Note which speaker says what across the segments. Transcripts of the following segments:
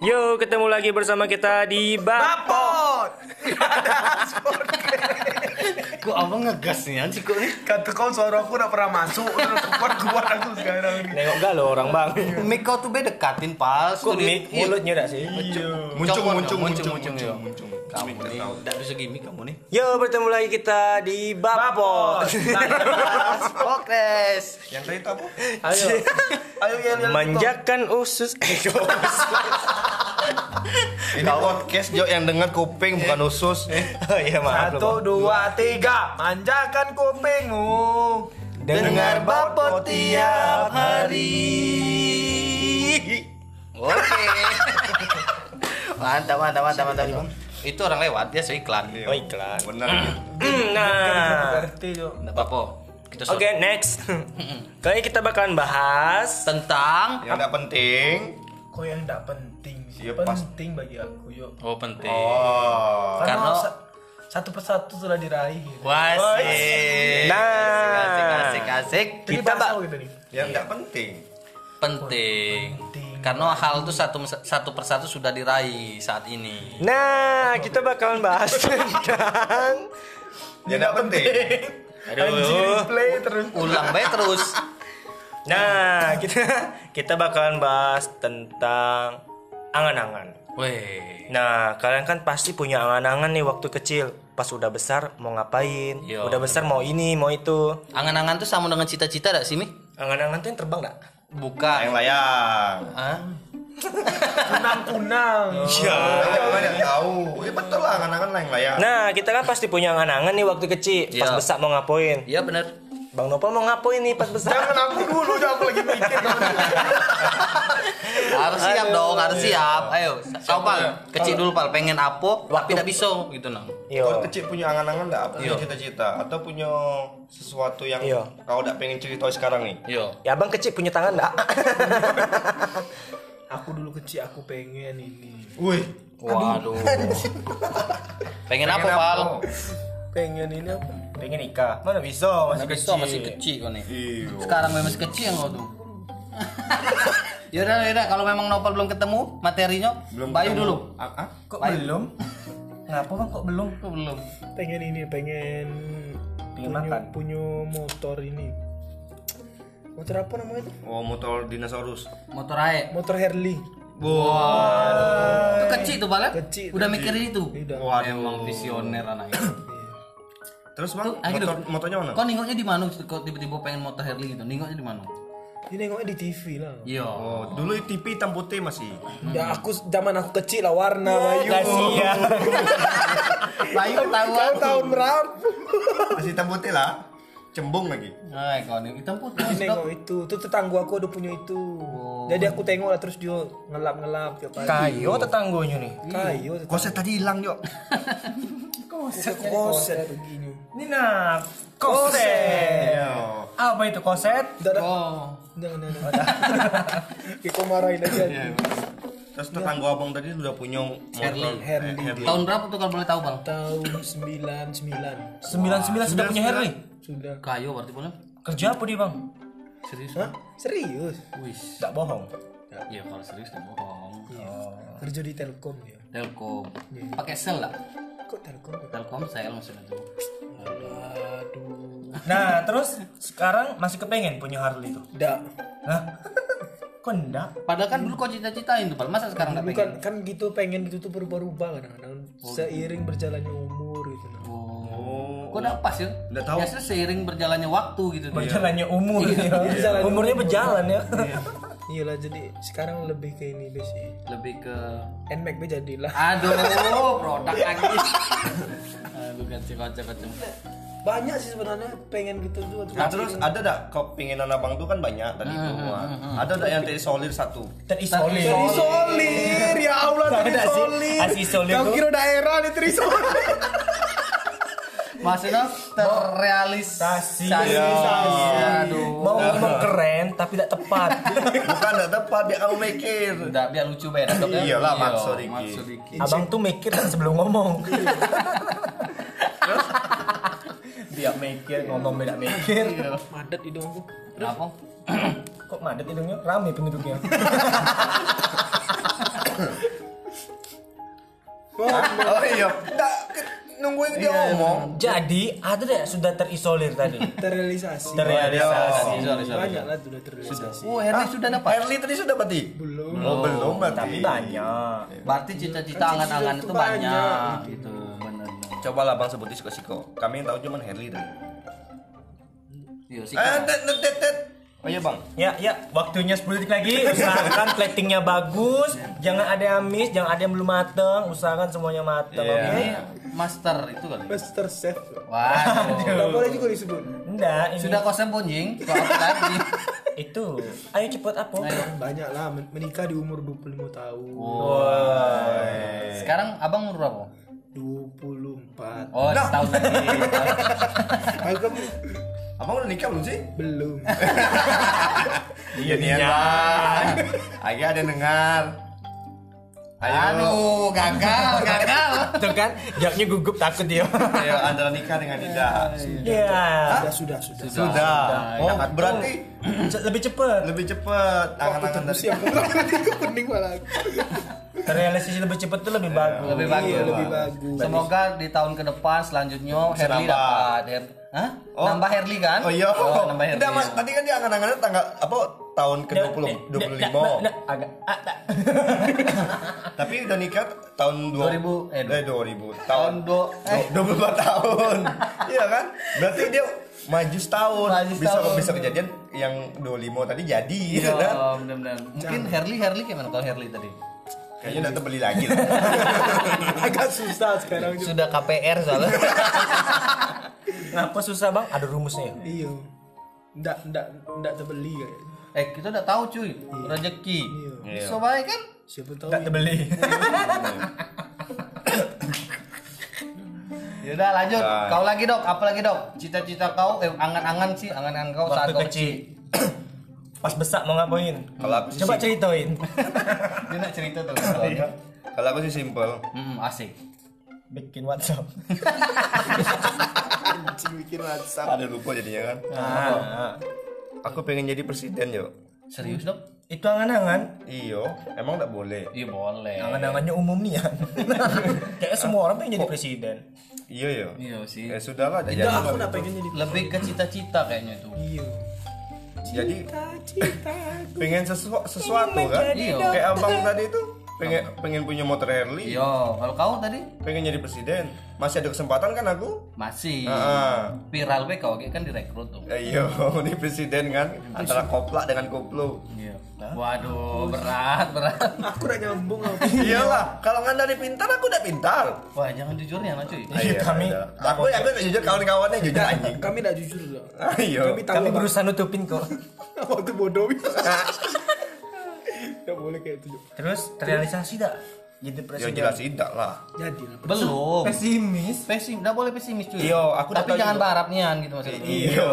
Speaker 1: Yo, ketemu lagi bersama kita di Bap.
Speaker 2: Apot.
Speaker 3: Kok abang ngegas nih anjing kok nih?
Speaker 2: Kata kau suara aku udah pernah masuk, udah kuat kuat aku sekarang nih.
Speaker 1: Nengok gak lo orang bang?
Speaker 3: Mic kau tuh be dekatin pas.
Speaker 1: Kok mic mulutnya udah sih?
Speaker 3: Iya. Muncung muncung muncung muncung
Speaker 2: muncung,
Speaker 3: yo. Kamu nih enggak bisa gimmick kamu nih.
Speaker 1: Yo, bertemu lagi kita di Bapot.
Speaker 3: Podcast.
Speaker 2: Yang tadi itu apa?
Speaker 1: Ayo.
Speaker 2: Ayo ya,
Speaker 1: Manjakan usus. Eh, kok usus?
Speaker 3: Ini podcast Jo yang dengar kuping bukan usus.
Speaker 1: Oh, Iya maaf lo.
Speaker 2: Satu, dua, tiga, manjakan kupingmu.
Speaker 1: Dengar
Speaker 3: Bapot
Speaker 1: Eh,
Speaker 3: tiap
Speaker 2: hari.
Speaker 3: Oke. Mantap mantap mantap mantap. Itu orang lewat ya so iklan.
Speaker 1: Bang. Oh iklan. Hmm,
Speaker 3: Benar.
Speaker 1: Nah,
Speaker 2: Berarti tuh.
Speaker 3: Enggak apa-apa. Kita
Speaker 1: oke next. Kali ini kita bakalan bahas
Speaker 3: tentang yang enggak penting.
Speaker 2: Kok yang tidak penting sih?
Speaker 3: Iya, pas-
Speaker 2: penting bagi aku yuk.
Speaker 3: Oh penting. Oh.
Speaker 2: Karena
Speaker 3: Karena-
Speaker 2: sa- satu persatu sudah diraih. gitu.
Speaker 3: Wah, asik.
Speaker 1: Nah.
Speaker 3: asik, asik, asik.
Speaker 2: Jadi
Speaker 1: Kita
Speaker 2: bahas
Speaker 1: bak-
Speaker 2: apa gitu nih.
Speaker 3: yang Ya, nggak penting penting
Speaker 2: Penting.
Speaker 3: karena hal itu satu satu persatu sudah diraih saat ini
Speaker 1: Nah, kita bakalan bahas tentang
Speaker 3: yang Ya, nggak penting
Speaker 2: Anjing play terus.
Speaker 3: ulang baik terus
Speaker 1: Nah, kita kita bakalan bahas tentang angan-angan.
Speaker 3: weh
Speaker 1: Nah, kalian kan pasti punya angan-angan nih waktu kecil. Pas udah besar mau ngapain?
Speaker 3: Yo.
Speaker 1: Udah besar mau ini, mau itu.
Speaker 3: angan-angan tuh sama dengan cita-cita gak sih mi
Speaker 1: Angan-angan tuh yang terbang enggak?
Speaker 3: bukan
Speaker 4: layang
Speaker 3: Hah?
Speaker 2: Kunang-kunang.
Speaker 1: Iya.
Speaker 4: banyak tahu ya betul lah kanan-kanan layang layang
Speaker 1: Nah, kita kan pasti punya angan-angan nih waktu kecil. Pas
Speaker 3: Yo.
Speaker 1: besar mau ngapain?
Speaker 3: iya bener
Speaker 1: Bang Nopal mau ngapain nih pas besar?
Speaker 2: Jangan aku dulu, udah aku lagi mikir.
Speaker 3: harus siap dong harus Iya. siap ayo kau pal kecil dulu pal pengen apa tapi tidak bisa gitu nang
Speaker 1: Yo.
Speaker 4: Kau kecil punya angan-angan enggak? Punya
Speaker 3: Iya.
Speaker 4: cita-cita atau punya sesuatu yang
Speaker 1: Iya.
Speaker 4: kau enggak pengen ceritain sekarang nih?
Speaker 3: yo
Speaker 1: Ya abang kecil punya tangan enggak?
Speaker 2: Aku dulu kecil, aku pengen ini.
Speaker 4: Wih,
Speaker 3: waduh pengen apa pal
Speaker 2: Pengen ini apa?
Speaker 1: Pengen nikah. Mana bisa
Speaker 3: masih kecil masih kecil kau nih
Speaker 4: Iya.
Speaker 3: Sekarang memang masih kecil kau tuh. Ya yaudah, yaudah. Kalau memang Nopal belum ketemu materinya, Bayu dulu.
Speaker 4: Ah, ah?
Speaker 2: Kok
Speaker 3: Bayu.
Speaker 2: belum? Ngapa bang kok belum?
Speaker 3: Aku belum.
Speaker 2: Pengen ini, pengen
Speaker 1: Pengen
Speaker 2: punya,
Speaker 1: makan.
Speaker 2: punya motor ini. Motor apa namanya itu?
Speaker 4: Oh, motor dinosaurus.
Speaker 3: Motor aja.
Speaker 2: Motor Harley.
Speaker 4: Eh,
Speaker 3: Itu kecil tuh Bal ya?
Speaker 2: Kecil,
Speaker 3: Udah mikirin itu.
Speaker 2: Tidak.
Speaker 4: Wah,
Speaker 3: Memang visioner anak itu.
Speaker 4: terus bang,
Speaker 3: ah, gitu.
Speaker 4: motor, motornya mana?
Speaker 3: Kau nengoknya di mana? Kau tiba-tiba pengen motor Harley gitu. Nengoknya di mana?
Speaker 2: Ini nengoknya di TV lah.
Speaker 3: Iya.
Speaker 4: Oh, dulu TV hitam putih masih.
Speaker 1: Hmm.
Speaker 2: Ya aku zaman aku kecil lah warna Bayu.
Speaker 1: Iya.
Speaker 3: Bayu ketahuan.
Speaker 2: Kau tahun berapa?
Speaker 4: Masih hitam putih lah. Cembung lagi.
Speaker 3: Hai kau nih hitam putih.
Speaker 2: Ini
Speaker 3: stop.
Speaker 2: nengok itu, itu tetangga aku ada punya itu.
Speaker 1: Oh.
Speaker 2: Jadi aku tengok lah terus dia ngelap-ngelap tiap hari.
Speaker 1: Kayo tetanggonya nih.
Speaker 2: Kayu, tetangga
Speaker 4: Koset tadi hilang, Jok.
Speaker 2: koset, koset begini.
Speaker 1: Ini nah koset. Apa itu koset?
Speaker 2: Dadah.
Speaker 3: Oh.
Speaker 2: Jangan jangan. Kayak kau marahin aja.
Speaker 1: Iya.
Speaker 4: Terus tetangga abang tadi udah punya motor Eh,
Speaker 3: Harley.
Speaker 2: Harley dia.
Speaker 3: Tahun berapa tuh kalau boleh tahu Bal?
Speaker 2: Tahun 99
Speaker 1: 99 sudah punya Harley.
Speaker 2: sudah.
Speaker 3: Kayu berarti boleh.
Speaker 1: Kerja apa dia, Bang?
Speaker 3: Serius?
Speaker 2: Hah? Serius?
Speaker 3: Wis.
Speaker 1: Enggak bohong.
Speaker 3: Iya kalau serius tak bohong.
Speaker 2: Kerja di Telkom dia.
Speaker 3: Telkom.
Speaker 4: Iya.
Speaker 3: Pakai sel lah.
Speaker 2: Kok Telkom?
Speaker 3: Telkom sel maksudnya tuh.
Speaker 2: Aduh.
Speaker 1: Nah, terus sekarang masih kepengen punya Harley itu.
Speaker 2: Enggak.
Speaker 1: Hah? Kok enggak?
Speaker 3: Padahal kan dulu kau cita-citain tuh, Pal. Masa sekarang enggak pengen?
Speaker 2: Bukan kan gitu pengen gitu tuh berubah-ubah kadang-kadang seiring berjalannya umur gitu. nah.
Speaker 3: Oh. Kok enggak pas ya?
Speaker 4: Nggak tahu.
Speaker 3: Biasanya seiring berjalannya waktu gitu.
Speaker 1: Berjalannya umur. ya.
Speaker 2: Berjalannya
Speaker 1: Umurnya berjalan ya.
Speaker 2: Iya. Iyalah jadi sekarang lebih ke ini be sih.
Speaker 3: Lebih ke
Speaker 2: Nmax be jadilah.
Speaker 3: Aduh, oh, produk lagi. Aduh, kacau kacau kacau.
Speaker 2: Banyak sih sebenarnya pengen gitu tuh.
Speaker 4: Nah terus ada dak kepinginan abang tuh kan banyak tadi itu. Wah. Ada dak yang terisolir satu.
Speaker 1: Terisolir.
Speaker 2: Terisolir ya Allah
Speaker 1: Ada sih,
Speaker 2: terisolir.
Speaker 1: asisolir
Speaker 2: Kau
Speaker 1: tuh.
Speaker 2: kira daerah nih terisolir.
Speaker 3: maksudnya terrealisasi. Aduh.
Speaker 2: Mau ngomong keren tapi tidak tepat.
Speaker 4: Bukan ada tempat biar kamu mikir.
Speaker 3: Udah biar lucu beda dok ya.
Speaker 4: Iyalah,
Speaker 3: Iya,
Speaker 4: maksud iki.
Speaker 3: maksud iki.
Speaker 2: Abang tuh mikir sebelum ngomong. Dia mikir, ngomong beda mikir.
Speaker 5: Madat hidungku.
Speaker 3: Apa?
Speaker 2: Kok madet hidungnya? Rame penduduknya.
Speaker 4: Oh iya. Tak ke- nungguin dia ngomong.
Speaker 1: Jadi ada deh sudah terisolir tadi. Iya,
Speaker 2: Terrealisasi.
Speaker 4: Iya.
Speaker 1: Terrealisasi.
Speaker 2: iya.
Speaker 3: Sorry, sorry.
Speaker 2: Banyak lah sudah terrealisasi.
Speaker 3: Oh, Herli
Speaker 4: Ah.
Speaker 3: sudah dapat.
Speaker 4: Erli tadi sudah berarti? Belum. Oh, belum berarti.
Speaker 1: Banyak.
Speaker 3: Berarti cita-cita angan-angan itu banyak gitu. Bener.
Speaker 4: Coba lah bang sebutin Siko Siko. Kami yang tahu cuman Herli tadi.
Speaker 3: Yo sih.
Speaker 4: Eh, tet, tet, tet, tet. Oh iya bang.
Speaker 1: Ya, ya, waktunya 10 detik lagi. Usahakan platingnya bagus, jangan ada yang miss, jangan ada yang belum mateng, usahakan semuanya mateng,
Speaker 4: Iya.
Speaker 1: oke?
Speaker 3: Master itu kali.
Speaker 2: Master Chef.
Speaker 3: Waduh.
Speaker 2: Gak boleh juga disebut.
Speaker 1: Enggak, ini
Speaker 3: Sudah kau sembunyi, kau apa lagi?
Speaker 1: itu. Ayo cepet apa?
Speaker 2: Banyak lah men- menikah di umur 25 tahun.
Speaker 4: Oh.
Speaker 3: Sekarang abang umur berapa?
Speaker 2: 24.
Speaker 3: Oh, setahun lagi.
Speaker 2: Aku
Speaker 4: Abang udah nikah belum sih?
Speaker 2: belum.
Speaker 4: Iya nih bang. Agak ada yang dengar. Ayo.
Speaker 3: Aduh, gagal, gagal.
Speaker 1: Tuh kan, jawabnya gugup takut dia.
Speaker 4: Ayo antara nikah dengan tidak.
Speaker 1: Iya.
Speaker 2: Sudah, sudah, sudah.
Speaker 4: Sudah. Oh berarti
Speaker 1: Ce- Lebih cepet.
Speaker 4: lebih cepat angan-angan dari
Speaker 2: Siapa tahu nanti aku pening malah.
Speaker 1: Terrealisasi lebih cepet tuh lebih bagus.
Speaker 3: Lebih bagus.
Speaker 2: Iya, lebih bagus.
Speaker 3: Semoga di tahun ke depan selanjutnya Herli
Speaker 4: Nambah.
Speaker 3: dapat. Her Hah?
Speaker 4: Oh.
Speaker 3: Nambah Herli kan?
Speaker 4: Oh iya.
Speaker 3: nambah Herli.
Speaker 4: Enggak, Mas, tadi kan dia angan-angannya tanggal apa tahun ke 20 25.
Speaker 1: Agak. Ah, tak.
Speaker 4: Tapi udah nikah tahun
Speaker 3: 2000, eh,
Speaker 4: 2000 eh 2000 tahun
Speaker 3: Tahun do eh
Speaker 4: 22 tahun. Iya kan? Berarti dia maju setahun.
Speaker 3: Maju
Speaker 4: bisa
Speaker 3: setahun.
Speaker 4: bisa kejadian yang 25 tadi jadi
Speaker 3: iya,
Speaker 4: gitu kan.
Speaker 3: benar-benar. Mungkin Herli Herli gimana kalau Herli tadi?
Speaker 4: Kayaknya udah beli lagi lah.
Speaker 2: Agak susah sekarang juga.
Speaker 3: Sudah KPR soalnya.
Speaker 1: Ngapa susah bang? Ada rumusnya ya?
Speaker 2: Iya. Ndak ndak ndak terbeli kayaknya.
Speaker 3: eh, kita udah tahu cuy, rezeki.
Speaker 4: Iya.
Speaker 3: So baik kan?
Speaker 2: Siapa tahu.
Speaker 1: Tak terbeli.
Speaker 3: Ya udah lanjut.
Speaker 4: Nah.
Speaker 3: Kau lagi, Dok. Apa lagi, Dok? Cita-cita kau eh angan-angan sih, angan-angan kau saat
Speaker 1: Waktu
Speaker 3: kau
Speaker 1: kecil. Pas besar mau ngapain?
Speaker 4: Kalau aku sih
Speaker 1: Coba ceritain.
Speaker 3: Dia nak cerita tuh. soalnya.
Speaker 4: kalau aku sih simple.
Speaker 3: Hmm, asik.
Speaker 1: Bikin WhatsApp.
Speaker 4: Ada lupa jadinya kan.
Speaker 1: Ah,
Speaker 4: Aku pengen jadi presiden yo.
Speaker 3: Serius, Dok?
Speaker 1: itu angan-angan.
Speaker 4: Iyo, emang tak boleh.
Speaker 3: Iya, boleh.
Speaker 1: Angan-angannya umum nih ya. Kayaknya semua orang pengen jadi presiden.
Speaker 4: Iyo yo.
Speaker 3: Iya sih. Iya,
Speaker 4: Ya sudahlah jadi.
Speaker 2: Ndak aku ndak pengen jadi.
Speaker 3: Lebih ke cita-cita kayaknya itu.
Speaker 2: Iya.
Speaker 4: Jadi
Speaker 2: Cita.
Speaker 4: pengen sesu- sesuatu kan?
Speaker 3: Iya.
Speaker 4: Kayak abang tadi itu pengen pengen punya motor Harley,
Speaker 3: Yo, Iya, kalau kau tadi
Speaker 4: pengen jadi presiden. Masih ada kesempatan kan aku?
Speaker 3: masih
Speaker 4: Ah,
Speaker 3: viral be kau Ge, kan direkrut tuh.
Speaker 4: iyo, ini presiden kan antara koplak dengan koplo.
Speaker 3: Iya. Waduh, berat, berat.
Speaker 2: Aku udah nyambung aku.
Speaker 4: Iyalah, kalau nggak dari pintar aku udah pintar.
Speaker 3: Wah, jangan jujurnya lah cuy.
Speaker 1: Iya, kami-
Speaker 4: iya. Aku aku nggak jujur kawan-kawannya jujur anjing.
Speaker 2: Kami ndak jujur loh.
Speaker 4: Ayo.
Speaker 2: Kami tahu.
Speaker 1: Kami
Speaker 2: Kami
Speaker 1: berusaha nutupin kok.
Speaker 2: Waktu bodoh. Gak boleh kayak itu. Jok.
Speaker 1: Terus terrealisasi dah jadi
Speaker 4: Ya
Speaker 1: presiden.
Speaker 4: jelas tidak lah.
Speaker 2: Jadi lah.
Speaker 3: Belum.
Speaker 1: Pesimis.
Speaker 3: Pesim, nggak boleh pesimis cuy.
Speaker 4: Iya,
Speaker 3: Tapi
Speaker 4: aku nggak tahu
Speaker 3: jangan
Speaker 4: juga.
Speaker 3: berharapnya gitu maksudnya.
Speaker 4: Iyo,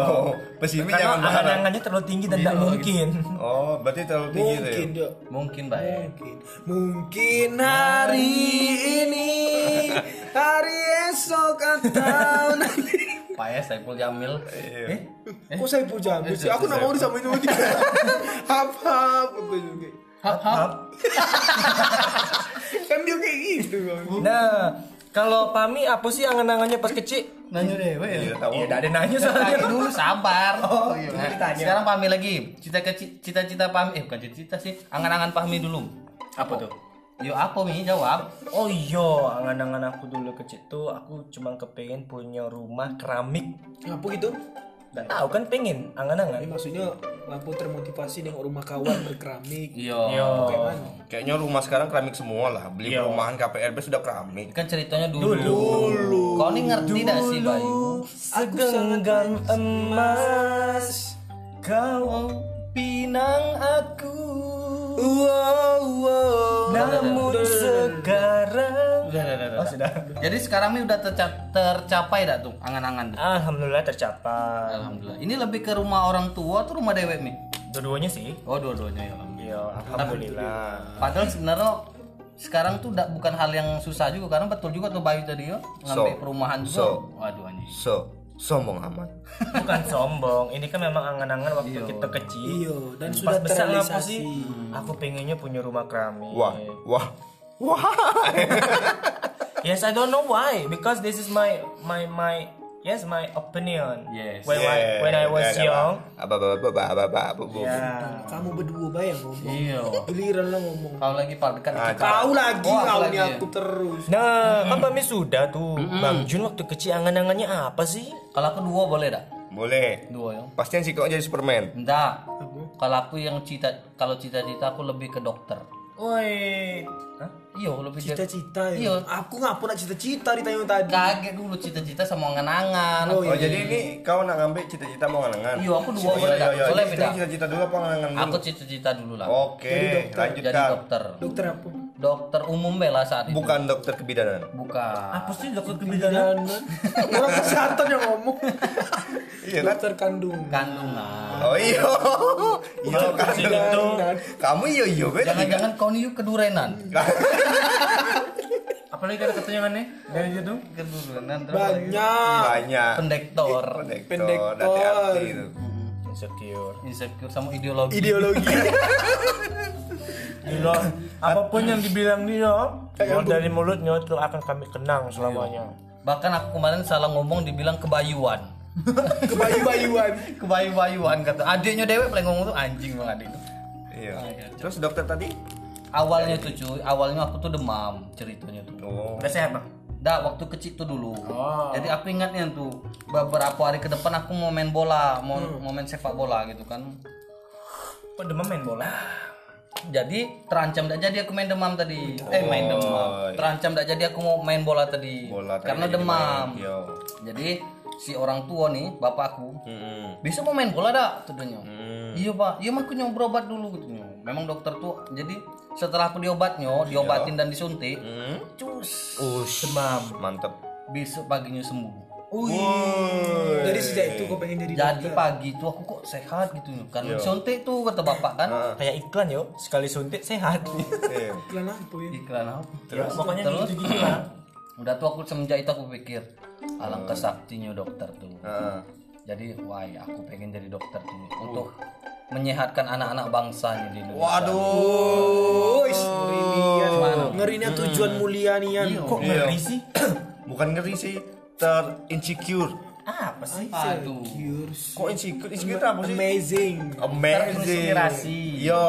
Speaker 4: pesimis
Speaker 1: Karena
Speaker 4: jangan berharap.
Speaker 1: angan-angannya terlalu tinggi dan tidak mungkin.
Speaker 4: Oh, berarti terlalu tinggi tuh. ya?
Speaker 2: Mungkin dok.
Speaker 3: Mungkin ya. baik.
Speaker 2: Mungkin. Mungkin hari ini, hari esok atau nanti.
Speaker 3: Pak ya, Saiful Jamil.
Speaker 4: Iya.
Speaker 2: Kok saya puja sih? Aku nggak mau disamain sama dia. Hap hap aku juga.
Speaker 3: Hap hap.
Speaker 2: Kan dia kayak gitu bang.
Speaker 1: Nah, kalau Pami apa sih angan-angannya pas kecil?
Speaker 3: Nanya dewe ya.
Speaker 4: Iya, tahu.
Speaker 1: Ya udah ada nanya
Speaker 3: Tanya
Speaker 1: soalnya.
Speaker 3: dulu sabar. Oh
Speaker 1: iya.
Speaker 3: Sekarang Pahmi lagi. Cita keci- cita-cita Pahmi eh bukan cita-cita sih, angan-angan Pahmi dulu. Apa tuh? Yo apa Mi jawab?
Speaker 1: Oh iya, angan-angan aku dulu kecil tuh aku cuma kepengen punya rumah keramik.
Speaker 2: Lampu gitu?
Speaker 1: Nggak tahu kan pengen
Speaker 2: Eh,
Speaker 1: angan-angan.
Speaker 2: maksudnya lampu termotivasi dengan rumah kawan berkeramik.
Speaker 3: Yo.
Speaker 1: Yo.
Speaker 2: Gimana?
Speaker 4: Kayaknya rumah sekarang keramik semua lah. Beli
Speaker 1: Iya.
Speaker 4: perumahan KPRB sudah keramik.
Speaker 3: Kan ceritanya dulu. Dulu. Kau ini ngerti tidak sih Bayu?
Speaker 1: Segenggam emas kau
Speaker 3: Pinang aku.
Speaker 1: Namun sekarang
Speaker 3: Udah, udah, udah.
Speaker 1: Oh, sudah.
Speaker 3: Jadi sekarang ini udah terca- tercapai dah tuh angan-angan.
Speaker 1: Alhamdulillah tercapai.
Speaker 3: Alhamdulillah. Ini lebih ke rumah orang tua atau rumah dewek nih?
Speaker 1: Dua-duanya sih.
Speaker 3: Oh, dua-duanya ya. Alhamdulillah.
Speaker 1: Ya, alhamdulillah.
Speaker 3: Padahal sebenarnya sekarang tuh da- bukan hal yang susah juga karena betul juga tuh Bayu tadi ya sampai
Speaker 4: So.
Speaker 3: perumahan juga.
Speaker 4: So.
Speaker 3: Waduh anjing.
Speaker 4: So, sombong amat.
Speaker 1: Bukan sombong, ini kan memang angan-angan waktu kita kecil.
Speaker 2: Iya, dan
Speaker 1: Pas
Speaker 2: sudah
Speaker 1: besar apa
Speaker 2: terrealisasi.
Speaker 1: sih? Aku pengennya punya rumah keramik.
Speaker 4: Wah, wah, wah.
Speaker 1: Yes, I don't know why because this is my my my yes my opinion.
Speaker 3: Yes.
Speaker 1: When I when I was young.
Speaker 4: Apa apa apa apa apa apa apa.
Speaker 1: Ya.
Speaker 2: Kamu berdua bayang ngomong.
Speaker 3: Iya. Ah.
Speaker 2: Giliran lah ngomong.
Speaker 3: Kalau lagi Pak dekat kita.
Speaker 2: Kau lagi
Speaker 3: Oh, aku
Speaker 2: kau
Speaker 3: lagi
Speaker 2: nih
Speaker 3: ya.
Speaker 2: aku terus.
Speaker 1: Nah, kan Bami sudah tuh. Bang Jun waktu kecil angan-angannya apa sih?
Speaker 3: Kalau aku dua boleh dah?
Speaker 4: Boleh.
Speaker 3: Dua ya.
Speaker 4: Pastian si kok jadi Superman.
Speaker 3: Enggak. Kalau aku yang cita kalau cita-cita aku lebih ke dokter.
Speaker 1: Woi. Hah?
Speaker 3: Iya, lebih ke-
Speaker 2: Cita-cita ya.
Speaker 3: Iya.
Speaker 2: Aku nggak pernah cita-cita ditanya tadi.
Speaker 3: kaget dulu cita-cita sama angan-angan.
Speaker 4: Oh, jadi ini kau nak ngambil cita-cita mau nganangan?
Speaker 3: Iya, Oh, aku dua
Speaker 4: Iya,
Speaker 3: boleh dah.
Speaker 4: iya,
Speaker 3: Boleh
Speaker 4: iya.
Speaker 3: beda.
Speaker 4: Cita-cita dulu apa nganangan dulu?
Speaker 3: Aku cita-cita dulu lah.
Speaker 4: Oke,
Speaker 3: Jadi
Speaker 4: lanjutkan.
Speaker 3: dokter.
Speaker 2: Dokter apa?
Speaker 3: Dokter umum bela saat itu.
Speaker 4: Bukan dokter kebidanan.
Speaker 3: Bukan.
Speaker 1: Apa sih dokter
Speaker 2: kan?
Speaker 1: kebidanan?
Speaker 2: Kebidanan. Orang kesehatan yang ngomong.
Speaker 4: Iya, kan?
Speaker 2: Dokter kandung.
Speaker 3: Kandungan.
Speaker 4: Oh iya. Iya kan.
Speaker 2: Kebidanan.
Speaker 4: Kamu iya iya kan?
Speaker 3: Jangan-jangan kau niu kedurenan.
Speaker 1: Apalagi kata katanya aneh dari situ?
Speaker 3: Kedurenan terus
Speaker 2: Banyak.
Speaker 4: Banyak.
Speaker 3: pendektor,
Speaker 4: Pendektor. nanti arti itu.
Speaker 3: Ah, iya.
Speaker 1: Insecure.
Speaker 3: insecure sama ideologi.
Speaker 2: Ideologi.
Speaker 1: Gila, Iya apapun yang dibilang dia, keluar dari mulutnya itu akan kami kenang selamanya.
Speaker 3: Bahkan aku kemarin salah ngomong dibilang kebayuan.
Speaker 2: Kebayu-bayuan.
Speaker 3: Kebayu-bayuan kata. Adiknya Dewe paling ngomong tuh anjing banget itu.
Speaker 4: Iya.
Speaker 3: Ah,
Speaker 4: Terus dokter tadi?
Speaker 3: Awalnya tuh cuy, awalnya aku tuh demam ceritanya tuh.
Speaker 4: Oh.
Speaker 1: Udah sehat bang?
Speaker 3: Dah waktu kecil tuh dulu. Jadi aku ingatnya tuh beberapa hari ke depan aku mau main bola, mau mau main sepak bola gitu kan.
Speaker 1: Kok demam main bola?
Speaker 3: Jadi terancam tidak jadi aku main demam tadi. Eh main demam. Terancam tidak jadi aku mau main bola tadi.
Speaker 4: Oh, iya. Bola tadi
Speaker 3: Karena
Speaker 4: jadi
Speaker 3: demam.
Speaker 4: main. iya. Yo.
Speaker 3: Jadi si orang tua nih, bapakku,
Speaker 4: Mm-mm.
Speaker 3: besok mau main bola dak katanya.
Speaker 4: Hmm.
Speaker 3: Iya pak, iya mah aku nyoba obat dulu katanya. Memang dokter tuh, jadi setelah aku diobatnya,
Speaker 4: Iya.
Speaker 3: diobatin dan disuntik, cus,
Speaker 4: Ush.
Speaker 1: Demam.
Speaker 4: Mantep.
Speaker 3: besok paginya sembuh.
Speaker 2: Jadi sejak itu kau pengen jadi
Speaker 3: Jadi pagi tuh aku kok sehat gitu ya. Karena
Speaker 4: Iya.
Speaker 3: disuntik tuh kata bapak kan.
Speaker 4: Ah,
Speaker 1: Kayak iklan yo, sekali suntik sehat.
Speaker 4: Iya.
Speaker 2: iklan apa ya?
Speaker 3: Iklan apa?
Speaker 1: Ya, pokoknya
Speaker 3: Terus?
Speaker 1: gitu-gitu lah.
Speaker 3: Udah tuh aku semenjak itu aku pikir alangkah saktinya dokter tuh.
Speaker 4: Ah.
Speaker 3: Jadi wah aku pengen jadi dokter tuh untuk menyehatkan anak-anak bangsanya di Indonesia.
Speaker 4: Waduh.
Speaker 2: Oh, is ngeri nian. Ngeri nian tujuan mulia ya. nian.
Speaker 1: Kok ngeri sih?
Speaker 4: Bukan ngeri sih, ter insecure.
Speaker 1: Apa sih?
Speaker 3: Aduh.
Speaker 4: Kok insecure? Insecure apa sih?
Speaker 2: Amazing.
Speaker 4: Amazing. Iya.
Speaker 3: Terinspirasi.
Speaker 4: Yo.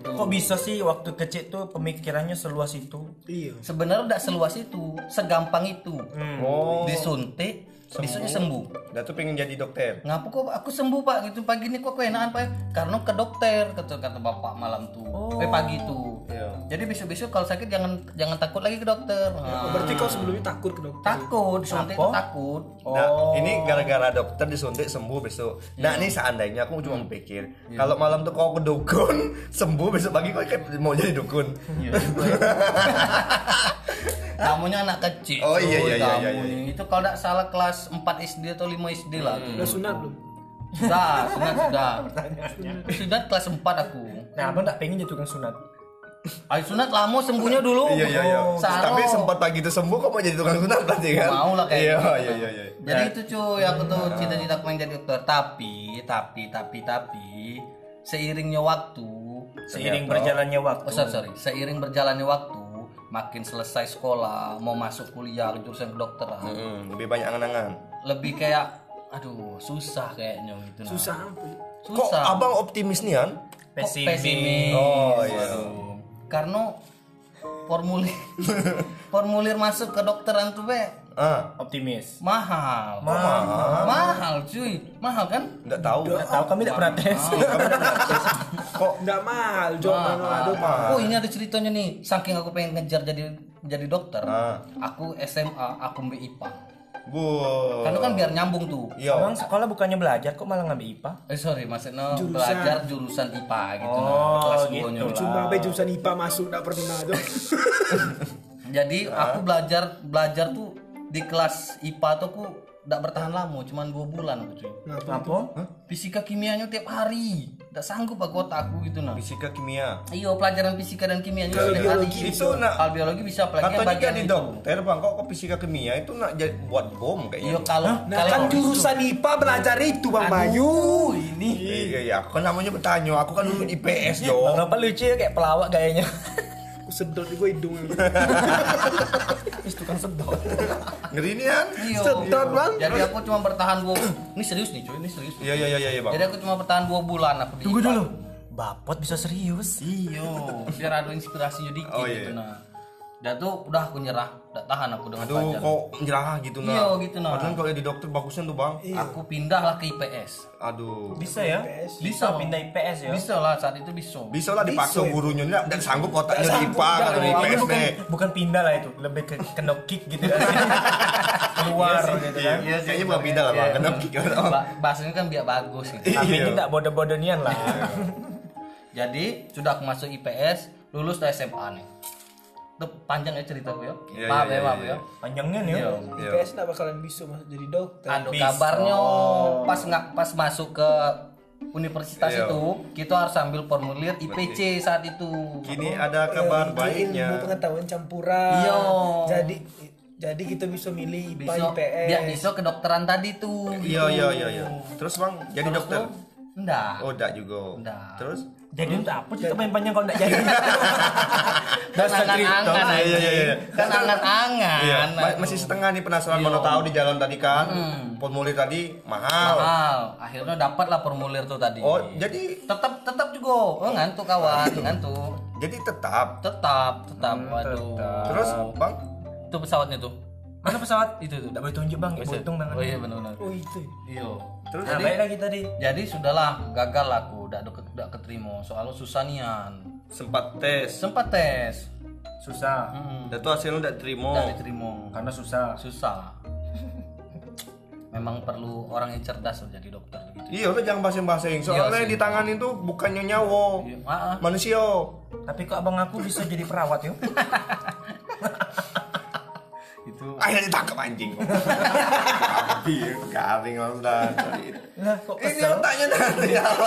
Speaker 3: Gitu.
Speaker 1: Kok bisa sih waktu kecil tuh pemikirannya seluas itu?
Speaker 2: Iya.
Speaker 3: Sebenarnya udah seluas itu, segampang itu.
Speaker 4: Oh.
Speaker 3: Disuntik, besoknya sembuh.
Speaker 4: Dah tuh pengen jadi dokter.
Speaker 3: Ngapa kok aku sembuh pak gitu pagi ini kok keenaan pak karena ke dokter kata kata bapak malam tuh
Speaker 4: Oh.
Speaker 3: eh pagi tuh
Speaker 4: Iya.
Speaker 3: jadi besok besok kalau sakit jangan jangan takut lagi ke
Speaker 4: Ya,
Speaker 3: dokter Nah,
Speaker 2: Berarti kau sebelumnya takut ke dokter.
Speaker 3: takut suntik tuh takut
Speaker 4: Nah,
Speaker 3: Oh.
Speaker 4: ini gara-gara dokter disuntik sembuh besok.
Speaker 3: Hmm.
Speaker 4: Nah, ini seandainya aku cuma pikir, kalau malam tuh kau ke dukun, sembuh besok pagi kau kan mau jadi dukun.
Speaker 3: Iya. kamunya anak kecil
Speaker 4: Oh,
Speaker 3: cuy,
Speaker 4: iya, iya, iya,
Speaker 3: kamu
Speaker 4: iya, iya. Hmm.
Speaker 3: nih. itu kalau tidak salah kelas 4 SD atau 5 SD lah tuh.
Speaker 2: Udah sunat belum?
Speaker 3: sudah sudah sudah sudah kelas 4 aku
Speaker 1: Nah, abang tak pengen jadi tukang sunat.
Speaker 3: ayo sunat lamo sembuhnya dulu
Speaker 4: Iya, iya, iya.
Speaker 3: Oh, saro.
Speaker 4: Tapi sempat pagi itu sembuh kau mau jadi tukang sunat pasti kan?
Speaker 3: Mau lah gitu. kayaknya.
Speaker 4: Iya, iya, iya, iya.
Speaker 3: Jadi itu cuy, aku tuh cita-cita aku pengen jadi dokter. Tapi, tapi, tapi, tapi, seiringnya waktu,
Speaker 1: Seiring berjalannya waktu.
Speaker 3: oh sorry, sorry, seiring berjalannya waktu, makin selesai sekolah, mau masuk kuliah ke jurusan kedokteran,
Speaker 4: Mm, lebih banyak angan-angan.
Speaker 3: lebih kayak, aduh, susah kayaknya gitu. nah.
Speaker 2: Susah apa? ya?
Speaker 4: Kok
Speaker 3: susah.
Speaker 4: abang optimis nih kan?
Speaker 3: Kok
Speaker 1: Pesimis.
Speaker 4: Oh, iya.
Speaker 3: Aduh. Karena formulir, formulir masuk kedokteran tuh be
Speaker 4: Ah,
Speaker 1: Optimis.
Speaker 3: mahal. mahal, cuy, mahal kan?
Speaker 4: enggak tahu.
Speaker 1: Nggak tahu kami tidak pernah tes.
Speaker 4: Kok
Speaker 2: Nggak mahal, Jok. Mana ada mahal.
Speaker 3: Oh ini ada ceritanya nih, saking aku pengen ngejar jadi jadi dokter, aku SMA, aku ambil IPA.
Speaker 4: bu. Oh.
Speaker 3: Karena kan biar nyambung tuh.
Speaker 4: Yo.
Speaker 1: Abang sekolah bukannya belajar kok malah ngambil IPA?
Speaker 3: Eh sorry, maksudnya belajar jurusan IPA gitu. nah,
Speaker 1: Oh,
Speaker 3: kelas
Speaker 1: gitu
Speaker 3: duanya.
Speaker 1: lah.
Speaker 2: Cuma sampai jurusan IPA masuk, nggak pernah, Jok.
Speaker 3: Jadi aku belajar belajar tuh di kelas IPA tuh aku tidak bertahan lama, cuman dua bulan aku cuy.
Speaker 1: Apa?
Speaker 3: Fisika kimianya tiap hari, tidak sanggup aku otak aku gitu nah.
Speaker 4: fisika kimia
Speaker 3: Iyo pelajaran fisika dan kimianya
Speaker 4: Kalau
Speaker 3: setiap hari.
Speaker 4: biologi itu, nak.
Speaker 3: Kalau biologi bisa apalagi
Speaker 4: katanya
Speaker 3: bagian
Speaker 4: jadi
Speaker 3: itu.
Speaker 4: dokter bang kok kok fisika kimia itu nak jadi buat bom
Speaker 3: Iyo
Speaker 4: kayaknya
Speaker 3: kalau gitu.
Speaker 2: Nah, kan
Speaker 3: kalau
Speaker 2: jurusan IPA belajar itu Bang Bayu.
Speaker 1: ini.
Speaker 4: iya iya aku kan namanya bertanya aku kan dulu IPS
Speaker 1: Bang
Speaker 4: dong
Speaker 1: Nopal lucu ya kayak pelawak gayanya.
Speaker 2: Aku sedot gue hidung.
Speaker 3: Iya.
Speaker 1: Terus tukang sedot.
Speaker 4: ngeri nih kan
Speaker 3: Iyo.
Speaker 2: Sedot, Bang.
Speaker 3: Iya, Jadi aku cuma bertahan dua. ini serius nih cuy, ini serius.
Speaker 4: iya iya iya iya bang
Speaker 3: Jadi aku cuma bertahan dua bulan aku di
Speaker 1: Tunggu
Speaker 3: IPA.
Speaker 1: dulu. Bapot bisa serius.
Speaker 3: Iyo, biar ada inspirasinya dikit
Speaker 4: Oh, iya.
Speaker 3: gitu nah. Dan tuh udah aku nyerah, udah tahan aku dengan
Speaker 4: aduh
Speaker 3: pelajaran.
Speaker 4: kok nyerah gitu Iya. nah
Speaker 3: Iya, gitu, nah.
Speaker 4: padahal kalau jadi dokter bagusnya tuh bang
Speaker 3: Aku pindahlah ke IPS.
Speaker 4: aduh
Speaker 1: Bisa ya?
Speaker 3: Bisa,
Speaker 1: Bisa
Speaker 3: Bang.
Speaker 1: pindah IPS ya?
Speaker 3: Bisa lah saat itu bisa.
Speaker 4: bisa lah dipaksa gurunya nggak dan sanggup otaknya
Speaker 1: Nggak
Speaker 4: di
Speaker 1: sanggup,
Speaker 4: IPA
Speaker 1: nggak,
Speaker 4: kalau di
Speaker 1: nggak.
Speaker 4: IPS
Speaker 1: bukan,
Speaker 4: nih
Speaker 1: bukan pindah lah itu, lebih ke kena kick gitu kan. Keluar gitu kan.
Speaker 4: Iya, kayaknya bukan pindah lah bang
Speaker 3: Iya.
Speaker 4: kenapa Kenapa?
Speaker 3: Ba- Bahasanya kan biar bagus gitu.
Speaker 1: Tapi
Speaker 4: Iya.
Speaker 1: ini tak bodoh-bodohian lah.
Speaker 3: Jadi sudah aku masuk IPS, lulus dari SMA nih. Itu panjang ya cerita gue ya.
Speaker 4: Iya,
Speaker 3: Maaf
Speaker 4: iya,
Speaker 3: ya,
Speaker 4: iya,
Speaker 3: maaf
Speaker 4: iya.
Speaker 3: ya.
Speaker 1: Panjangnya nih.
Speaker 3: Iya.
Speaker 1: ya.
Speaker 4: Iya.
Speaker 2: IPS enggak bakalan bisa Mas jadi dokter.
Speaker 3: Aduh
Speaker 1: Bis.
Speaker 3: Anu kabarnya pas nggak pas masuk ke universitas
Speaker 4: Oh. Iya.
Speaker 3: itu kita harus ambil formulir IPC saat itu.
Speaker 4: Kini ada kabar
Speaker 2: Jadi
Speaker 4: baiknya.
Speaker 2: ilmu pengetahuan campuran.
Speaker 3: Iya.
Speaker 2: Jadi jadi kita bisa milih IPA
Speaker 3: Besok
Speaker 2: IPS.
Speaker 3: biar besok kedokteran tadi tuh. Gitu.
Speaker 4: Iya iya iya iya. Terus bang jadi
Speaker 3: Terus
Speaker 4: dokter?
Speaker 3: tuh, Enggak.
Speaker 4: Oh enggak juga.
Speaker 3: Nggak.
Speaker 4: Terus?
Speaker 1: Jadi untuk apa cerita main-mainnya kalau enggak jadi?
Speaker 3: Kan
Speaker 4: Dasar cerita.
Speaker 3: angan-angan
Speaker 4: Iya, iya, iya, iya.
Speaker 3: anjing. Kan angan-angan.
Speaker 4: Iya, ma-
Speaker 3: Aduh.
Speaker 4: masih setengah nih penasaran mana tahu di jalan tadi kan. Formulir tadi mahal.
Speaker 3: Mahal. Akhirnya dapat lah formulir tuh tadi.
Speaker 4: Oh, jadi
Speaker 3: tetap tetap juga. Oh, ngantuk kawan, ngantuk.
Speaker 4: jadi tetap.
Speaker 3: Tetap, tetap.
Speaker 1: Hmm,
Speaker 3: Waduh.
Speaker 4: Terus
Speaker 3: Ah.
Speaker 4: bang?
Speaker 3: Itu pesawatnya tuh.
Speaker 1: Mana pesawat?
Speaker 3: Itu tuh.
Speaker 1: Enggak boleh tunjuk Bang,
Speaker 3: Bisa.
Speaker 1: untung banget.
Speaker 3: Oh iya benar-benar.
Speaker 2: Oh itu.
Speaker 3: Iya.
Speaker 4: Terus
Speaker 1: Nah,
Speaker 4: jadi
Speaker 1: baik lagi tadi.
Speaker 3: Jadi sudahlah gagal aku, udah udah keterima. Soalnya susah nian.
Speaker 4: sempat tes.
Speaker 3: Sempat tes,
Speaker 1: Susah.
Speaker 4: Dan tuh hasilnya
Speaker 3: enggak
Speaker 4: enggak terima.
Speaker 3: diterima.
Speaker 1: Karena susah.
Speaker 3: Susah. Memang perlu orang yang cerdas loh jadi dokter gitu.
Speaker 4: Iya, udah jangan basing-basing. Soalnya
Speaker 3: Iya sih.
Speaker 4: di tangan itu bukannya nyawa,
Speaker 3: Iya, ah, ah.
Speaker 4: manusia.
Speaker 1: Tapi kok abang aku bisa jadi perawat yuk?
Speaker 3: Itu
Speaker 4: Akhirnya Ah, ditangkap anjing. Tapi garing orang dah.
Speaker 1: Lah kok
Speaker 4: Ini
Speaker 1: kesel?
Speaker 4: otaknya nanti apa?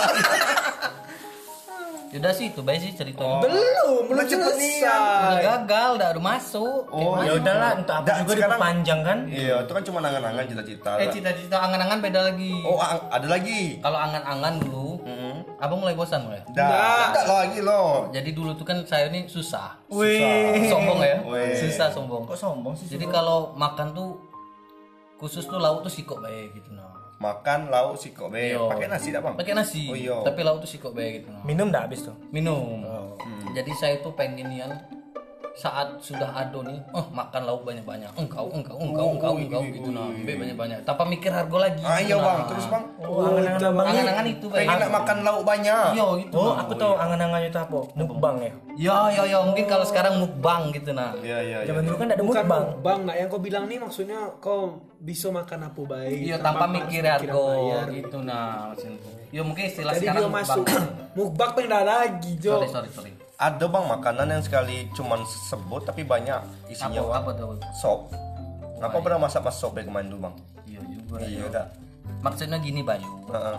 Speaker 3: Yaudah sih itu baik sih
Speaker 2: Oh.
Speaker 3: ceritanya.
Speaker 2: Belum, belum
Speaker 4: cepet
Speaker 3: Udah
Speaker 2: selesai.
Speaker 3: gagal, udah ada masuk.
Speaker 4: Oh,
Speaker 1: Ya udahlah, untuk apa
Speaker 4: Dah,
Speaker 1: juga
Speaker 4: sekarang-
Speaker 1: diperpanjang kan?
Speaker 4: Iya, itu kan cuma angan-angan cita-cita.
Speaker 3: Eh cita-cita angan-angan beda lagi.
Speaker 4: iya. Oh, ang- ada lagi.
Speaker 3: Kalau angan-angan dulu, abang mulai bosan mulai.
Speaker 4: Dah, ada lagi loh.
Speaker 3: Jadi dulu tuh kan saya ini susah,
Speaker 1: Wih.
Speaker 3: sombong ya,
Speaker 4: Weh.
Speaker 3: susah sombong.
Speaker 1: Kok sombong sih?
Speaker 3: Jadi kalau makan tuh khusus tuh lauk tuh sikok baik gitu nah.
Speaker 4: Makan lauk siko be.
Speaker 3: Iya.
Speaker 4: Eh, Pakai nasi enggak, Bang?
Speaker 3: Pakai nasi,
Speaker 4: Oh, iya.
Speaker 3: tapi lauk tuh sikok baik gitu nah.
Speaker 1: Minum enggak habis tuh?
Speaker 3: Minum.
Speaker 4: Oh.
Speaker 3: Jadi saya tuh pengen yang saat sudah ado nih, oh makan lauk banyak-banyak. Engkau, engkau, engkau,
Speaker 4: Oh,
Speaker 3: engkau, engkau gitu nah. Be banyak-banyak. Tanpa mikir harga lagi.
Speaker 4: iya, Ah, iya,
Speaker 3: gitu,
Speaker 4: Bang.
Speaker 3: nah.
Speaker 4: Terus, Bang.
Speaker 1: Oh, angan-angan abang ini.
Speaker 3: Angan-angan itu baik.
Speaker 4: Pengen nak makan lauk banyak.
Speaker 3: Iya gitu.
Speaker 1: Oh, aku tahu angan-angannya itu apa? Mukbang ya.
Speaker 3: Ya, ya, ya. Mungkin kalau sekarang mukbang gitu nah.
Speaker 4: Iya, iya, iya.
Speaker 1: Zaman dulu kan enggak ada
Speaker 2: Bukan
Speaker 1: mukbang.
Speaker 2: bang, nah yang kau bilang nih maksudnya kau bisa makan apa baik.
Speaker 3: Iya, tanpa mikir harga
Speaker 2: bayar.
Speaker 3: gitu nah. maksudku. Ya mungkin istilah
Speaker 2: Jadi
Speaker 3: sekarang
Speaker 2: dia masuk mukbang tuh nggak lagi, Jo.
Speaker 3: sorry, sorry, sorry.
Speaker 4: Ada Bang makanan yang sekali cuman sebut tapi banyak
Speaker 3: Apa,
Speaker 4: isinya Bang.
Speaker 3: apa tuh?
Speaker 4: Sop. Apa pernah masak mas sop ya kemarin dulu, Bang?
Speaker 3: Iya juga.
Speaker 4: Iya, udah.
Speaker 3: Maksudnya gini Bayu,